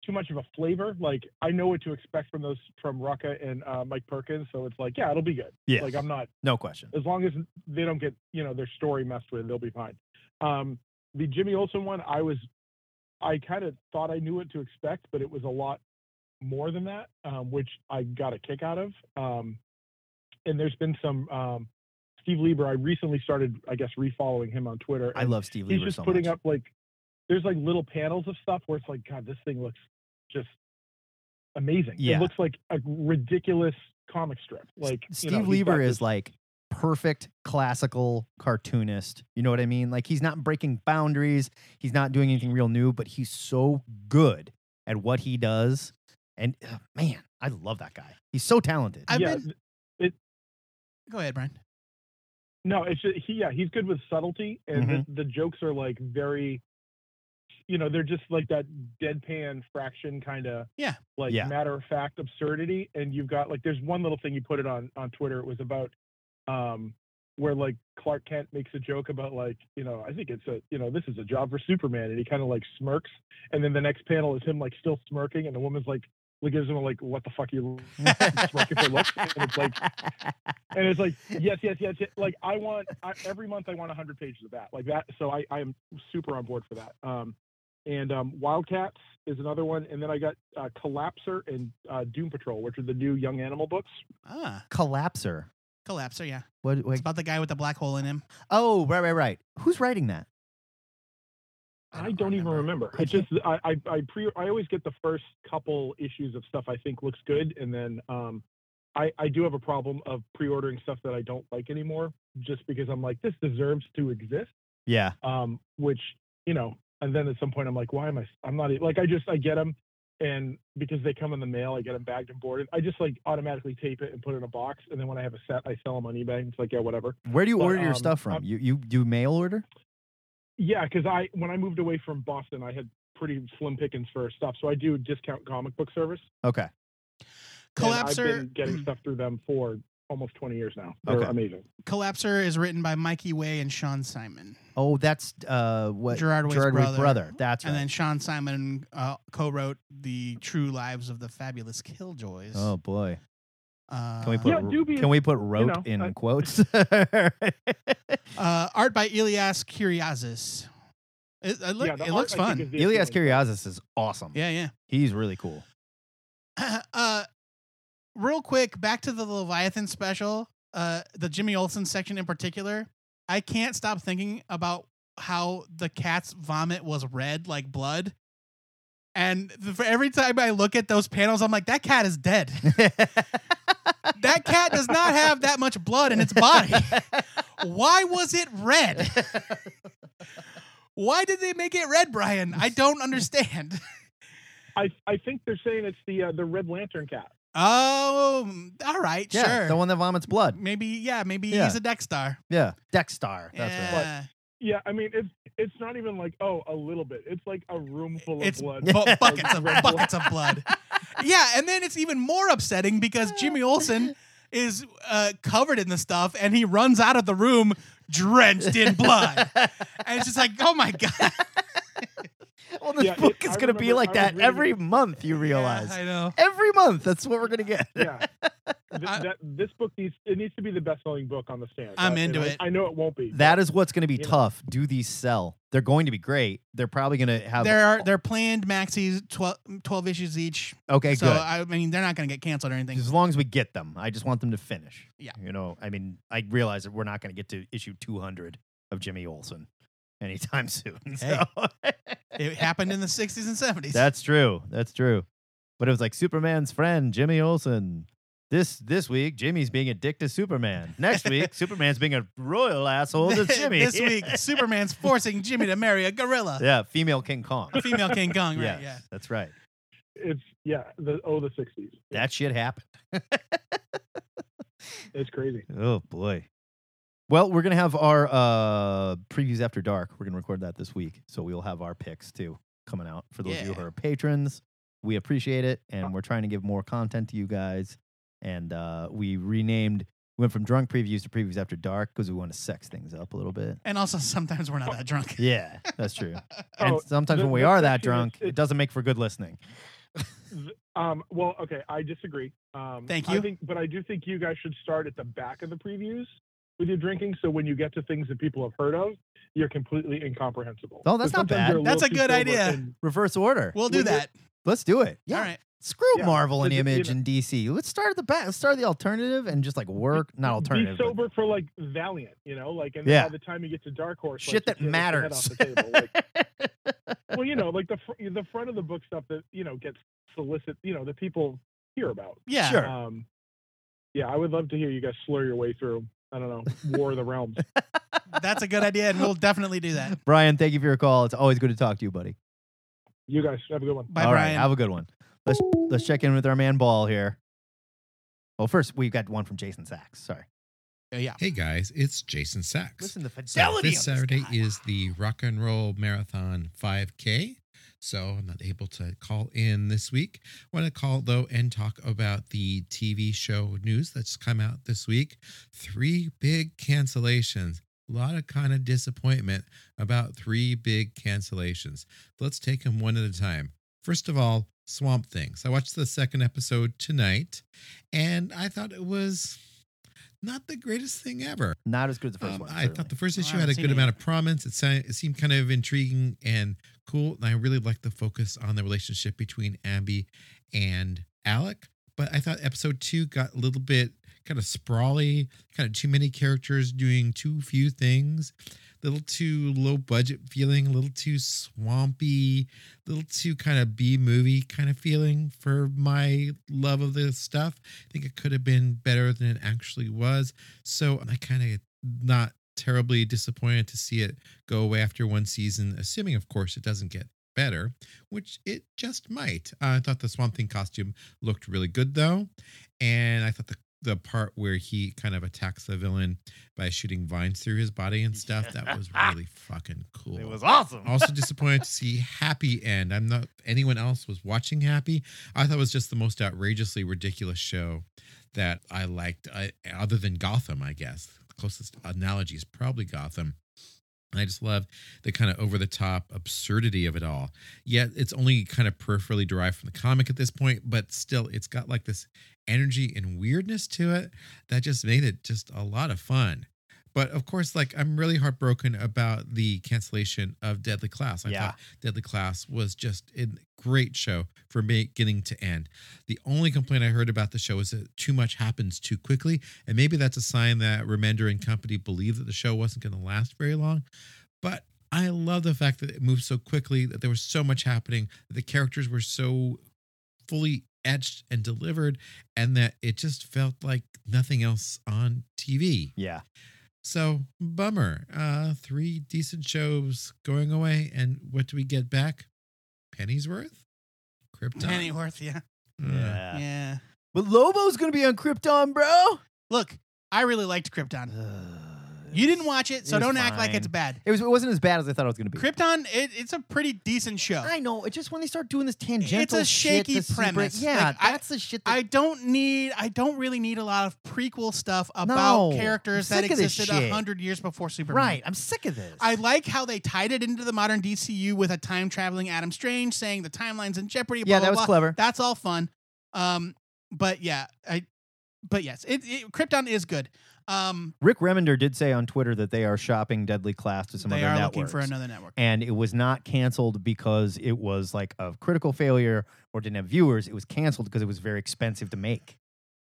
Speaker 12: too much of a flavor. Like I know what to expect from those from Rucka and uh, Mike Perkins, so it's like yeah, it'll be good.
Speaker 4: Yeah.
Speaker 12: Like I'm not
Speaker 4: no question.
Speaker 12: as long as they don't get you know their story messed with, they'll be fine. Um, the Jimmy Olsen one, I was, I kind of thought I knew what to expect, but it was a lot more than that, um, which I got a kick out of. Um, and there's been some um, Steve Lieber. I recently started, I guess, refollowing him on Twitter.
Speaker 4: I
Speaker 12: and
Speaker 4: love Steve
Speaker 12: He's
Speaker 4: Lieber
Speaker 12: just
Speaker 4: so
Speaker 12: putting
Speaker 4: much.
Speaker 12: up like, there's like little panels of stuff where it's like, God, this thing looks just amazing.
Speaker 4: Yeah.
Speaker 12: It looks like a ridiculous comic strip. Like you
Speaker 4: Steve
Speaker 12: know, he's
Speaker 4: Lieber
Speaker 12: got
Speaker 4: is
Speaker 12: this-
Speaker 4: like perfect classical cartoonist. You know what I mean? Like he's not breaking boundaries. He's not doing anything real new, but he's so good at what he does. And uh, man, I love that guy. He's so talented.
Speaker 5: I've
Speaker 12: yeah,
Speaker 5: been- Go ahead, Brian.
Speaker 12: No, it's just, he. Yeah, he's good with subtlety, and
Speaker 5: Mm-hmm.
Speaker 4: Mhm.
Speaker 12: the, the jokes are like very, you know, they're just like that deadpan fraction kind of.
Speaker 5: Yeah.
Speaker 12: Like
Speaker 4: Yeah.
Speaker 12: matter of fact absurdity, and you've got like there's one little thing you put it on on Twitter. It was about, um, where like Clark Kent makes a joke about like you know I think it's a you know this is a job for Superman, and he kind of like smirks, and then the next panel is him like still smirking, and the woman's like. Like gives him a, like what the fuck you smirking for looks and it's like and it's like yes, yes, yes, yes. Like I want I, every month I want 100 pages of that, like that. So I I am super on board for that. Um, and um, Wildcats is another one, and then I got uh, Collapser and uh, Doom Patrol, which are the new Young Animal books.
Speaker 5: Ah,
Speaker 4: Collapser.
Speaker 5: collapser. Yeah,
Speaker 4: What?
Speaker 5: it's
Speaker 4: Wait.
Speaker 5: about the guy with the black hole in him.
Speaker 4: Oh, right, right, right. Who's writing that?
Speaker 12: I don't, even remember.
Speaker 4: I
Speaker 12: It just I, I I pre I always get the first couple issues of stuff I think looks good, and then um, I I do have a problem of pre-ordering stuff that I don't like anymore, just because I'm like this deserves to exist.
Speaker 4: Yeah.
Speaker 12: um, which you know and then at some point I'm like, why am I? I'm not e- like I just I get them, and because they come in the mail, I get them bagged and boarded. I just like automatically tape it and put it in a box, and then when I have a set, I sell them on eBay. It's like yeah, whatever.
Speaker 4: Where do you
Speaker 12: But,
Speaker 4: order your
Speaker 12: um,
Speaker 4: stuff
Speaker 5: uh
Speaker 4: from? You you do mail order?
Speaker 12: Yeah, because I when I moved away from Boston, I had pretty slim pickings for stuff, so I do discount comic book service.
Speaker 4: Okay.
Speaker 12: and
Speaker 5: Collapser- Mm.
Speaker 12: I've been getting stuff through them for almost 20 years now. They're
Speaker 4: Okay.
Speaker 12: amazing.
Speaker 5: Collapser is written by Mikey Way and Sean Simon.
Speaker 4: Oh, that's uh what
Speaker 5: Gerard Way's
Speaker 4: Way's
Speaker 5: brother.
Speaker 4: That's
Speaker 5: and
Speaker 4: right.
Speaker 5: then Sean Simon uh, co-wrote the True Lives of the Fabulous Killjoys.
Speaker 4: oh boy.
Speaker 5: Uh,
Speaker 4: Can we put
Speaker 5: Yeah,
Speaker 4: ro-
Speaker 5: dubious,
Speaker 4: can we put
Speaker 5: you
Speaker 4: rope
Speaker 5: know,
Speaker 4: in
Speaker 5: I-
Speaker 4: quotes?
Speaker 5: Uh, art by Elias Kyriazis. It, it, look,
Speaker 12: Yeah, the
Speaker 5: it
Speaker 12: art,
Speaker 5: looks
Speaker 12: I think,
Speaker 5: fun.
Speaker 12: is the
Speaker 4: Elias Kyriazis is awesome.
Speaker 5: Yeah, yeah.
Speaker 4: He's really cool.
Speaker 5: uh, real quick, back to the Leviathan special, uh, the Jimmy Olsen section in particular. I can't stop thinking about how the cat's vomit was red like blood. And th- for every time I look at those panels, I'm like, that cat is dead. that cat does not have that much blood in its body. Why was it red? Why did they make it red, Brian? I don't understand.
Speaker 12: I, I think they're saying it's the uh, the Red Lantern cat.
Speaker 5: Oh, all right,
Speaker 4: Yeah,
Speaker 5: sure.
Speaker 4: the one that vomits blood.
Speaker 5: Maybe, yeah, maybe
Speaker 4: Yeah.
Speaker 5: he's a Dex star.
Speaker 4: Yeah, Dexstar. That's right.
Speaker 5: Yeah.
Speaker 12: Yeah, I mean it's it's not even like oh a little bit. It's like a room full of
Speaker 5: It's
Speaker 12: blood.
Speaker 5: bu-
Speaker 12: Like,
Speaker 5: buckets of
Speaker 12: red
Speaker 5: buckets of blood. Yeah, and then it's even more upsetting because Jimmy Olsen is uh, covered in the stuff, and he runs out of the room drenched in blood, and it's just like, oh my god.
Speaker 4: Well, this
Speaker 5: Yeah, it-
Speaker 4: book is
Speaker 5: I
Speaker 4: going to be
Speaker 5: remember-
Speaker 4: like
Speaker 5: I was
Speaker 4: that
Speaker 5: reading
Speaker 4: every month, you realize.
Speaker 5: I know.
Speaker 4: Every month, that's what we're going to get.
Speaker 12: Yeah. Th- that, this book needs it needs to be the best selling book on the stand.
Speaker 4: I'm
Speaker 12: Uh, and
Speaker 4: into
Speaker 12: I-
Speaker 4: it.
Speaker 12: I know it won't be.
Speaker 4: That
Speaker 12: but,
Speaker 4: is what's going to be
Speaker 12: you know,
Speaker 4: tough. Do these sell? They're going to be great. They're probably going to have.
Speaker 5: There are they're planned maxis 12, 12 issues each.
Speaker 4: Okay,
Speaker 5: so
Speaker 4: good.
Speaker 5: I mean they're not going to get canceled or anything.
Speaker 4: as long as we get them, I just want them to finish.
Speaker 5: Yeah.
Speaker 4: You know, I mean, I realize that we're not going to get to issue 200 of Jimmy Olsen anytime soon. So.
Speaker 5: it happened in the sixties and seventies.
Speaker 4: That's true. That's true. But it was like Superman's friend Jimmy Olsen. This this week, Jimmy's being a dick to Superman. Next week, Superman's being a royal asshole to Jimmy.
Speaker 5: this week, Superman's forcing Jimmy to marry a gorilla.
Speaker 4: yeah, female King Kong.
Speaker 5: A female King Kong, right, yeah.
Speaker 4: that's right.
Speaker 12: It's yeah. The oh the sixties.
Speaker 4: That shit happened.
Speaker 12: It's crazy.
Speaker 4: Oh boy. Well, we're gonna have our uh, previews after dark. We're gonna record that this week, so we'll have our picks too coming out for those of you who
Speaker 5: Yeah.
Speaker 4: are patrons. We appreciate it, and we're trying to give more content to you guys. And uh, we renamed, went from drunk previews to previews after dark because we want to sex things up a little bit.
Speaker 5: And also sometimes we're not that drunk.
Speaker 4: Yeah, that's true.
Speaker 12: Oh,
Speaker 4: and sometimes
Speaker 12: the-
Speaker 4: when we
Speaker 12: the
Speaker 4: are
Speaker 12: section
Speaker 4: that
Speaker 12: is-
Speaker 4: drunk, it
Speaker 12: it's-
Speaker 4: doesn't make for good listening.
Speaker 12: Th- Um, well, okay, I disagree. Um,
Speaker 5: Thank
Speaker 12: I
Speaker 5: you.
Speaker 12: think, but I do think you guys should start at the back of the previews with your drinking. So when you get to things that people have heard of, you're completely incomprehensible.
Speaker 4: Oh, that's
Speaker 12: So
Speaker 4: not
Speaker 12: sometimes
Speaker 4: bad.
Speaker 12: you're
Speaker 5: That's
Speaker 12: little
Speaker 5: a good
Speaker 12: too sober
Speaker 5: idea.
Speaker 12: and-
Speaker 4: Reverse order.
Speaker 5: We'll do
Speaker 12: Would you-
Speaker 5: that.
Speaker 4: Let's do it. Yeah.
Speaker 5: All right.
Speaker 4: Screw
Speaker 12: Yeah,
Speaker 4: Marvel
Speaker 12: but
Speaker 4: and
Speaker 12: the- you
Speaker 4: Image
Speaker 12: know-
Speaker 4: and DC. Let's start at the back. Let's start at the alternative and just like work, not
Speaker 12: Be
Speaker 4: alternative, but
Speaker 12: sober for like Valiant, you know, like and then
Speaker 4: Yeah.
Speaker 12: by the time you get to Dark Horse,
Speaker 4: shit
Speaker 12: like,
Speaker 4: that
Speaker 12: you can't get
Speaker 4: matters.
Speaker 12: your head off the table. Like, well, you know, like the fr- the front of the book stuff that you know gets solicit, you know, that people hear about.
Speaker 5: Yeah.
Speaker 4: Sure.
Speaker 12: Um, yeah, I would love to hear you guys slur your way through. I don't know, War of the Realms.
Speaker 5: That's a good idea, and we'll definitely do that.
Speaker 4: Brian, thank you for your call. It's always good to talk to you, buddy.
Speaker 12: You guys have a good one.
Speaker 5: Bye,
Speaker 4: All right,
Speaker 5: Brian.
Speaker 4: have a good one. Let's let's check in with our man Ball here. Well, first we've got one from Jason Sachs. Sorry.
Speaker 5: Uh, yeah.
Speaker 13: Hey guys, it's Jason Sachs.
Speaker 4: Listen to the
Speaker 13: So
Speaker 4: fidelity
Speaker 13: this
Speaker 4: of this
Speaker 13: Saturday is the Rock and Roll Marathon 5K. So I'm not able to call in this week. want to call though and talk about the TV show news that's come out this week. Three big cancellations. A lot of kind of disappointment about three big cancellations. Let's take them one at a time. First of all, Swamp Thing. So I watched the second episode tonight, and I thought it was not the greatest thing ever.
Speaker 4: Not as good as the first
Speaker 13: Um,
Speaker 4: one.
Speaker 13: I thought the first
Speaker 5: Well, Oh, I
Speaker 13: issue had
Speaker 5: haven't
Speaker 13: a
Speaker 5: seen
Speaker 13: good
Speaker 5: it
Speaker 13: amount of prominence. It, sound, it seemed kind of intriguing and cool. And I really liked the focus on the relationship between Abby and Alec. But I thought episode two got a little bit kind of sprawly, kind of too many characters doing too few things, little too low budget feeling, a little too swampy, a little too kind of B movie kind of feeling for my love of this stuff. I think it could have been better than it actually was. So I kind of not terribly disappointed to see it go away after one season, assuming, of course, it doesn't get better, which it just might. Uh, I thought the Swamp Thing costume looked really good, though. And I thought the the part where he kind of attacks the villain by shooting vines through his body and stuff that was really fucking cool
Speaker 4: It was awesome.
Speaker 13: also disappointed to see happy end i'm not anyone else was watching happy i thought it was just the most outrageously ridiculous show that i liked I, other than gotham i guess the closest analogy is probably gotham and I just love the kind of over the top absurdity of it all. Yet it's only kind of peripherally derived from the comic at this point, but still it's got like this energy and weirdness to it that just made it just a lot of fun. But of course, like I'm really heartbroken about the cancellation of Deadly Class. I
Speaker 4: Yeah.
Speaker 13: thought Deadly Class was just a great show from beginning to end. The only complaint I heard about the show is that too much happens too quickly. And maybe that's a sign that Remender and company believed that the show wasn't going to last very long. But I love the fact that it moved so quickly, that there was so much happening, that the characters were so fully etched and delivered, and that it just felt like nothing else on TV.
Speaker 4: Yeah.
Speaker 13: So, bummer. Uh, three decent shows going away, and what do we get back? Pennies worth? Krypton. Uh.
Speaker 5: Pennyworth, yeah.
Speaker 13: Yeah.
Speaker 5: Yeah.
Speaker 4: But Lobo's gonna be on Krypton, bro.
Speaker 5: Look, I really liked Krypton. you didn't watch it, so
Speaker 4: was
Speaker 5: don't act like it's
Speaker 4: fine.
Speaker 5: bad.
Speaker 4: It was. It wasn't as bad as I thought it was gonna be.
Speaker 5: Krypton, it, it's a pretty decent show.
Speaker 4: I know. It's just when they start doing this tangential,
Speaker 5: it's a
Speaker 4: shit,
Speaker 5: shaky
Speaker 4: this super-
Speaker 5: premise.
Speaker 4: yeah,
Speaker 5: Like, I-
Speaker 4: that's the shit. That,
Speaker 5: I don't need. I don't really need a lot of prequel stuff
Speaker 4: No,
Speaker 5: about
Speaker 4: I'm
Speaker 5: characters that
Speaker 4: sick of this
Speaker 5: existed
Speaker 4: shit.
Speaker 5: a hundred years before Superman.
Speaker 4: right. I'm sick of this.
Speaker 5: I like how they tied it into the modern DCU with a time traveling Adam Strange saying the timeline's in jeopardy. Blah,
Speaker 4: Yeah, that
Speaker 5: blah,
Speaker 4: was
Speaker 5: blah.
Speaker 4: clever.
Speaker 5: That's all fun. Um, but yeah, I. But yes, it, it Krypton is good. Um,
Speaker 4: Rick Remender did say on Twitter that they are shopping Deadly Class to some
Speaker 5: they
Speaker 4: other
Speaker 5: are
Speaker 4: networks.
Speaker 5: looking for another network.
Speaker 4: and it was not canceled because it was like a critical failure or didn't have viewers. It was canceled because it was very expensive to make,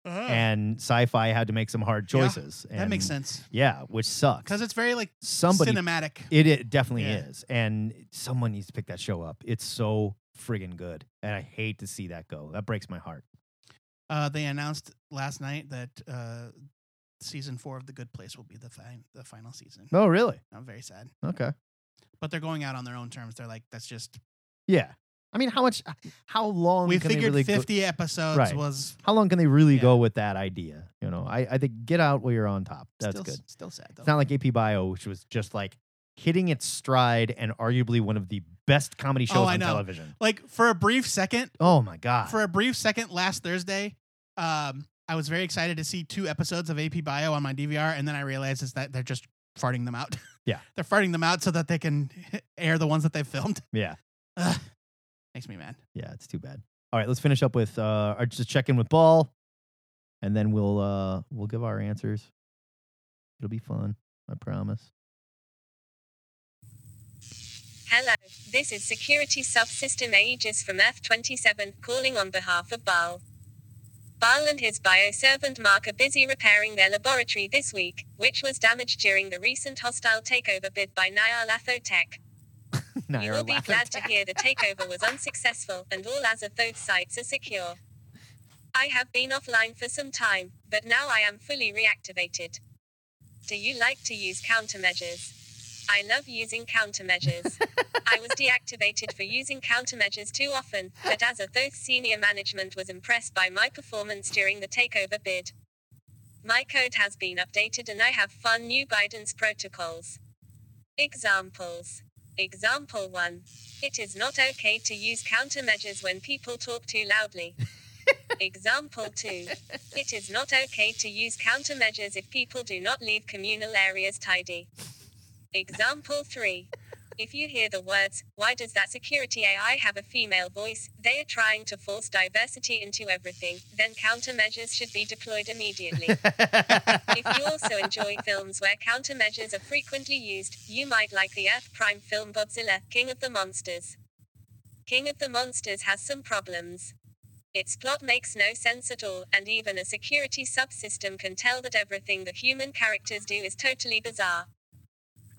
Speaker 4: and sci-fi had to make some hard
Speaker 5: Uh-huh. Yeah,
Speaker 4: choices.
Speaker 5: that makes
Speaker 4: and-
Speaker 5: sense
Speaker 4: Yeah, which sucks.
Speaker 5: because it's very like
Speaker 4: Somebody
Speaker 5: cinematic.
Speaker 4: It, it definitely
Speaker 5: Yeah.
Speaker 4: is. And someone needs to pick that show up. It's so friggin' good. And I hate to see that go. That breaks my heart.
Speaker 5: Uh, they announced last night that uh, season four of The Good Place will be the fin- the final season.
Speaker 4: Oh, really?
Speaker 5: I'm very sad,
Speaker 4: Okay.
Speaker 5: but they're going out on their own terms. They're like, that's just
Speaker 4: Yeah. I mean, how much, uh, how long
Speaker 5: we
Speaker 4: can they
Speaker 5: figured
Speaker 4: really go-
Speaker 5: 50 episodes
Speaker 4: Right.
Speaker 5: was
Speaker 4: how long can they really go with that idea? You know, I, I think get out where you're on top. That's
Speaker 5: still,
Speaker 4: good.
Speaker 5: Still sad though.
Speaker 4: It's not like AP Bio, which was just like hitting its stride and arguably one of the best comedy shows
Speaker 5: Oh, I
Speaker 4: on
Speaker 5: know.
Speaker 4: television.
Speaker 5: like for a brief second,
Speaker 4: Oh my God.
Speaker 5: for a brief second last Thursday, um, I was very excited to see two episodes of AP Bio on my DVR, and then I realized is that they're just farting them out.
Speaker 4: Yeah.
Speaker 5: they're farting them out so that they can air the ones that they filmed.
Speaker 4: yeah.
Speaker 5: Ugh. Makes me mad.
Speaker 4: Yeah, it's too bad. All right, let's finish up with uh or just check in with Ball and then we'll uh we'll give our answers. It'll be fun, I promise.
Speaker 14: Hello, this is Security Subsystem Aegis from F27 calling on behalf of Baal. Baal and his bioservant Mark are busy repairing their laboratory this week, which was damaged during the recent hostile takeover bid by Nyarlathotech. Tech.
Speaker 4: Now
Speaker 14: you will be glad to hear the takeover was unsuccessful and all Azathoth sites are secure. I have been offline for some time, but now I am fully reactivated. Do you like to use countermeasures? I love using countermeasures. I was deactivated for using countermeasures too often, but Azathoth senior management was impressed by my performance during the takeover bid. My code has been updated and I have fun new guidance protocols. Examples. Example 1. It is not okay to use countermeasures when people talk too loudly. Example 2. It is not okay to use countermeasures if people do not leave communal areas tidy. Example 3. If you hear the words, why does that security AI have a female voice? They are trying to force diversity into everything, then countermeasures should be deployed immediately. if you also enjoy films where countermeasures are frequently used, you might like the Earth Prime film Godzilla, King of the Monsters. King of the Monsters has some problems. Its plot makes no sense at all, and even a security subsystem can tell that everything the human characters do is totally bizarre.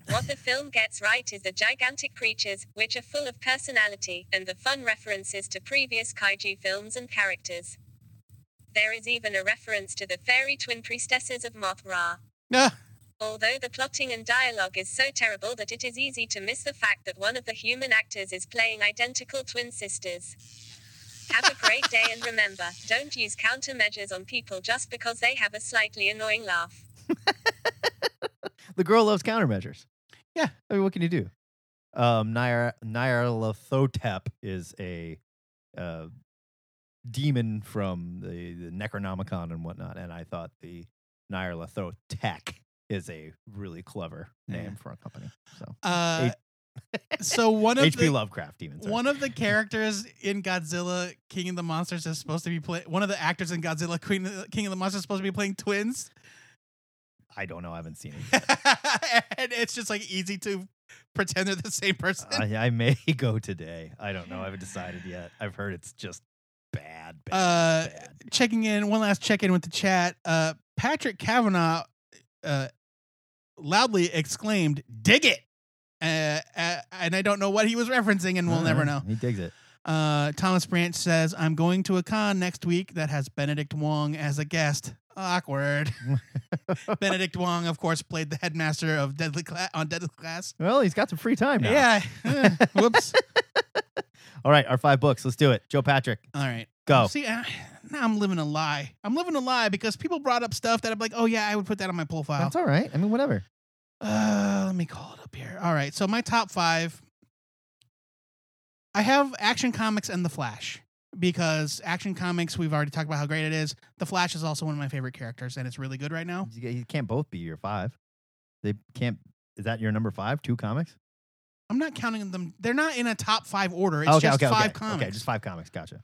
Speaker 14: What the film gets right is the gigantic creatures, which are full of personality, and the fun references to previous kaiju films and characters. There is even a reference to the fairy twin priestesses of Mothra.
Speaker 5: Ah,
Speaker 14: although the plotting and dialogue is so terrible that it is easy to miss the fact that one of the human actors is playing identical twin sisters. Have a great day and remember, don't use countermeasures on people just because they have a slightly annoying laugh.
Speaker 4: The girl loves countermeasures.
Speaker 5: Yeah.
Speaker 4: I mean, what can you do? Um, Nyar- Nyarlathotep is a uh, demon from the, the Necronomicon and whatnot, and I thought the Nyarlathotec is a really clever name
Speaker 5: Yeah.
Speaker 4: for a company. So,
Speaker 5: Uh,
Speaker 4: H-
Speaker 5: so one of
Speaker 4: H.P.
Speaker 5: the-
Speaker 4: Lovecraft demons.
Speaker 5: One of the characters in Godzilla King of the Monsters is supposed to be play. One of the actors in Godzilla Queen King of the Monsters is supposed to be playing twins,
Speaker 4: I don't know. I haven't seen it.
Speaker 5: and it's just like easy to pretend they're the same person.
Speaker 4: I, I may go today. I don't know. I haven't decided yet. I've heard it's just bad. bad.
Speaker 5: uh, checking in one last check in with the chat. Uh, Patrick Kavanaugh uh, loudly exclaimed, "Dig it!" Uh, uh, and I don't know what he was referencing, and we'll
Speaker 4: All
Speaker 5: never
Speaker 4: right.
Speaker 5: know.
Speaker 4: He digs it.
Speaker 5: Uh, Thomas Branch says, "I'm going to a con next week that has Benedict Wong as a guest." Awkward. Benedict Wong, of course, played the headmaster of Deadly Cla- on Deadly Class.
Speaker 4: Well, he's got some free time now.
Speaker 5: Yeah. Eh, Whoops.
Speaker 4: All right, our five books. Let's do it. Joe Patrick.
Speaker 5: All right.
Speaker 4: Go.
Speaker 5: See, I, now I'm living a lie. I'm living a lie because people brought up stuff that I'm like, oh yeah, I would put that on my profile.
Speaker 4: That's all right. I mean, whatever.
Speaker 5: Uh, let me call it up here. All right. So my top five. I have Action Comics and The Flash because Action Comics. We've already talked about how great it is. The Flash is also one of my favorite characters, and it's really good right now.
Speaker 4: You you can't both be your five. They can't. Is that your number five? Two comics?
Speaker 5: I'm not counting them. They're not in a top five order. It's just five comics.
Speaker 4: Okay, just five comics. Gotcha.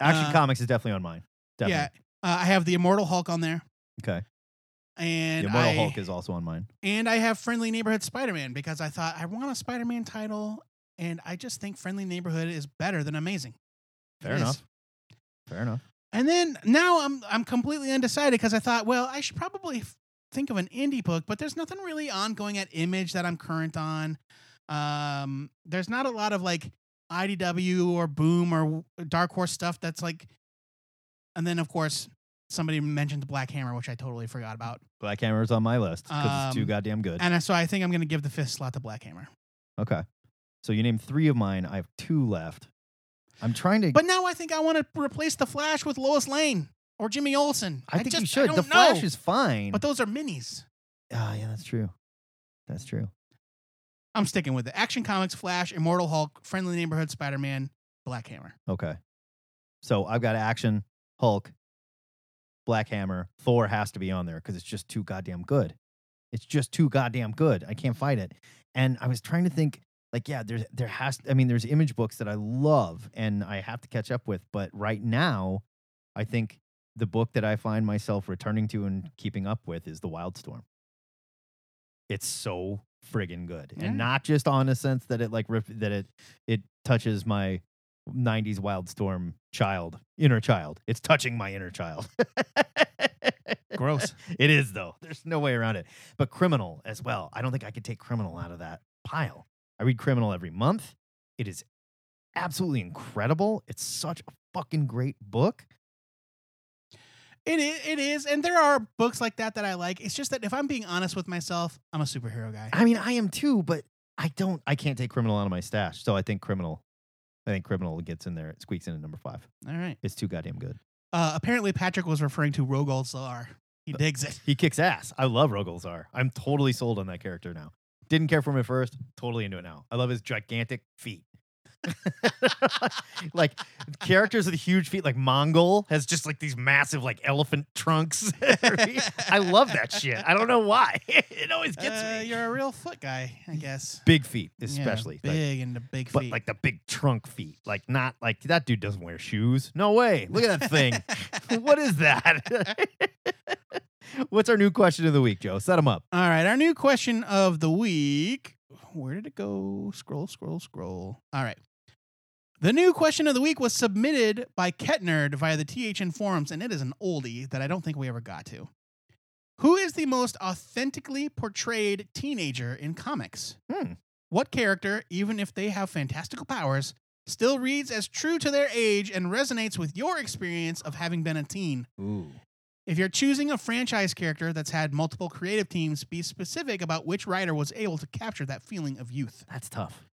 Speaker 4: Action
Speaker 5: Uh,
Speaker 4: comics is definitely on mine. Definitely.
Speaker 5: Yeah. Uh, I have the Immortal Hulk on there,
Speaker 4: Okay.
Speaker 5: and
Speaker 4: the Immortal
Speaker 5: I,
Speaker 4: Hulk is also on mine.
Speaker 5: And I have Friendly Neighborhood Spider Man because I thought I want a Spider Man title, and I just think Friendly Neighborhood is better than Amazing.
Speaker 4: Fair
Speaker 5: It is.
Speaker 4: enough. Fair enough.
Speaker 5: And then now I'm I'm completely undecided because I thought, well, I should probably f- think of an indie book, but there's nothing really ongoing at Image that I'm current on. Um, there's not a lot of like IDW or Boom or w- Dark Horse stuff that's like. And then of course somebody mentioned Black Hammer, which I totally forgot about.
Speaker 4: Black Hammer's on my list because it's too
Speaker 5: Um,
Speaker 4: goddamn good.
Speaker 5: And I- so I think I'm gonna give the fifth slot to Black Hammer.
Speaker 4: okay. So you named three of mine. I have two left. I'm trying to.
Speaker 5: But now I think I want to replace the Flash with Lois Lane or Jimmy Olsen.
Speaker 4: I think
Speaker 5: just,
Speaker 4: you should.
Speaker 5: don't
Speaker 4: the
Speaker 5: know.
Speaker 4: Flash is fine.
Speaker 5: But those are minis.
Speaker 4: Ah, yeah, that's true. That's true.
Speaker 5: I'm sticking with it. Action Comics, Flash, Immortal Hulk, Friendly Neighborhood, Spider Man, Black Hammer.
Speaker 4: Okay. So I've got Action, Hulk, Black Hammer, Thor has to be on there because it's just too goddamn good. It's just too goddamn good. I can't fight it. And I was trying to think, like, yeah, there's there has I mean, there's image books that I love and I have to catch up with, but right now, I think the book that I find myself returning to and keeping up with is The Wildstorm. It's so friggin' good.
Speaker 5: Yeah.
Speaker 4: And not just on a sense that it like ref- that it it touches my 90s Wildstorm child, inner child. It's touching my inner child.
Speaker 5: Gross.
Speaker 4: It is though. There's no way around it. But criminal as well. I don't think I could take criminal out of that pile. I read criminal every month. It is absolutely incredible. It's such a fucking great book.
Speaker 5: It is, it is, and there are books like that that I like. It's just that if I'm being honest with myself, I'm a superhero guy.
Speaker 4: I mean, I am too, but I don't. I can't take criminal out of my stash. So I think criminal. I think criminal gets in there. It squeaks in at number five.
Speaker 5: All right.
Speaker 4: It's too goddamn good.
Speaker 5: Uh, apparently, Patrick was referring to Rogol Solar.
Speaker 4: Uh,
Speaker 5: He digs it.
Speaker 4: He kicks ass. I love Rogolzar. I'm totally sold on that character now. Didn't care for him at first. Totally into it now. I love his gigantic feet. like characters with huge feet, like Mongol has just like these massive like elephant trunks. I love that shit. I don't know why. it always gets
Speaker 5: Uh, you're a real foot guy, I guess.
Speaker 4: big feet,
Speaker 5: Yeah,
Speaker 4: especially like-
Speaker 5: big and the big
Speaker 4: but
Speaker 5: feet.
Speaker 4: like the big trunk feet, like not like that dude doesn't wear shoes. No way. Look at that thing. what is that? What's our new question of the week, Joe? Set them up.
Speaker 5: All right, our new question of the week. Where did it go? Scroll, scroll, scroll. All right. The new question of the week was submitted by Ketnerd via the THN forums, and it is an oldie that I don't think we ever got to. Who is the most authentically portrayed teenager in comics?
Speaker 4: Hmm.
Speaker 5: What character, even if they have fantastical powers, still reads as true to their age and resonates with your experience of having been a teen?
Speaker 4: Ooh.
Speaker 5: If you're choosing a franchise character that's had multiple creative teams, be specific about which writer was able to capture that feeling of youth.
Speaker 4: That's tough.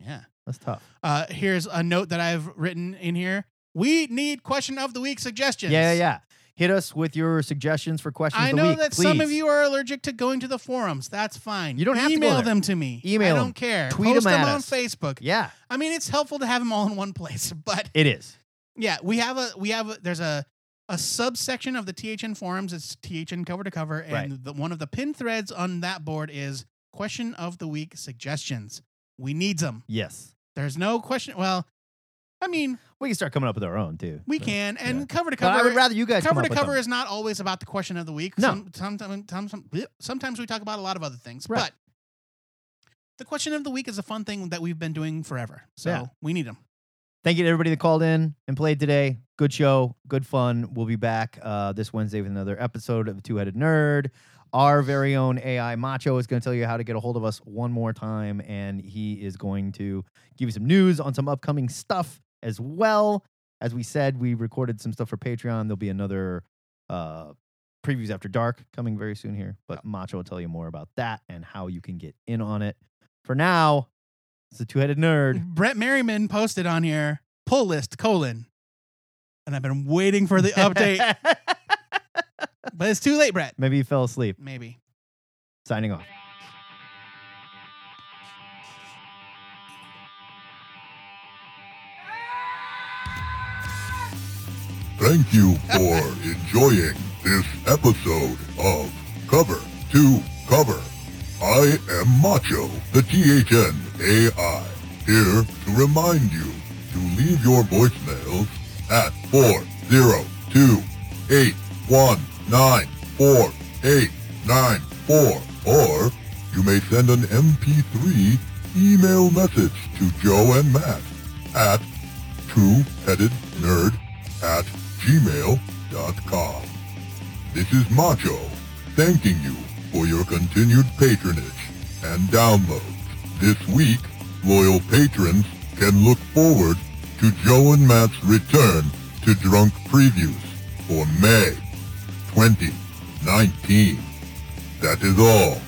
Speaker 5: Yeah.
Speaker 4: That's tough.
Speaker 5: Uh, here's a note that I've written in here. We need question of the week suggestions.
Speaker 4: Yeah, yeah, yeah. Hit us with your suggestions for questions.
Speaker 5: I
Speaker 4: of the
Speaker 5: know
Speaker 4: week,
Speaker 5: that some of
Speaker 4: please.
Speaker 5: you are allergic to going to the forums. That's fine.
Speaker 4: You don't have to go
Speaker 5: email
Speaker 4: there.
Speaker 5: them to me.
Speaker 4: Email
Speaker 5: I don't
Speaker 4: them.
Speaker 5: care.
Speaker 4: Tweet
Speaker 5: Post
Speaker 4: them at
Speaker 5: on
Speaker 4: us.
Speaker 5: Facebook.
Speaker 4: Yeah,
Speaker 5: I mean, it's helpful to have them all in one place, but
Speaker 4: it is.
Speaker 5: yeah, we have a we have a, there's a a subsection of the THN forums. It's THN cover to cover, and
Speaker 4: Right.
Speaker 5: the, one of the pin threads on that board is question of the week suggestions. We need them.
Speaker 4: Yes.
Speaker 5: There's no question. Well, I mean,
Speaker 4: We can start coming up with our own too.
Speaker 5: we
Speaker 4: But-
Speaker 5: can, and
Speaker 4: yeah.
Speaker 5: cover to
Speaker 4: But
Speaker 5: cover.
Speaker 4: I would rather you guys come
Speaker 5: cover
Speaker 4: up
Speaker 5: to
Speaker 4: with
Speaker 5: cover
Speaker 4: them.
Speaker 5: is not always about the question of the week.
Speaker 4: No.
Speaker 5: sometimes, sometimes we talk about a lot of other things,
Speaker 4: Right.
Speaker 5: but the question of the week is a fun thing that we've been doing forever. So
Speaker 4: Yeah.
Speaker 5: we need them.
Speaker 4: Thank you to everybody that called in and played today. Good show, good fun. We'll be back uh, this Wednesday with another episode of the Two Headed Nerd. Our very own AI Macho is going to tell you how to get a hold of us one more time, and he is going to give you some news on some upcoming stuff as well. As we said, we recorded some stuff for Patreon. There'll be another uh, previews after dark coming very soon here, but Macho will tell you more about that and how you can get in on it. For now, it's the Two Headed Nerd.
Speaker 5: Brett Merriman posted on here pull list colon, and I've been waiting for the update, but it's too late, Brett.
Speaker 4: Maybe you fell asleep.
Speaker 5: Maybe.
Speaker 4: Signing off.
Speaker 15: Thank you for enjoying this episode of Cover to Cover. I am Macho, the THN AI, here to remind you to leave your voicemails at 402-819-4894 or you may send an MP3 email message to Joe and Matt at two-headednerd at gmail.com. This is Macho, thanking you for your continued patronage and downloads. This week, loyal patrons can look forward to Joe and Matt's return to Drunk Previews for May 2019. That is all.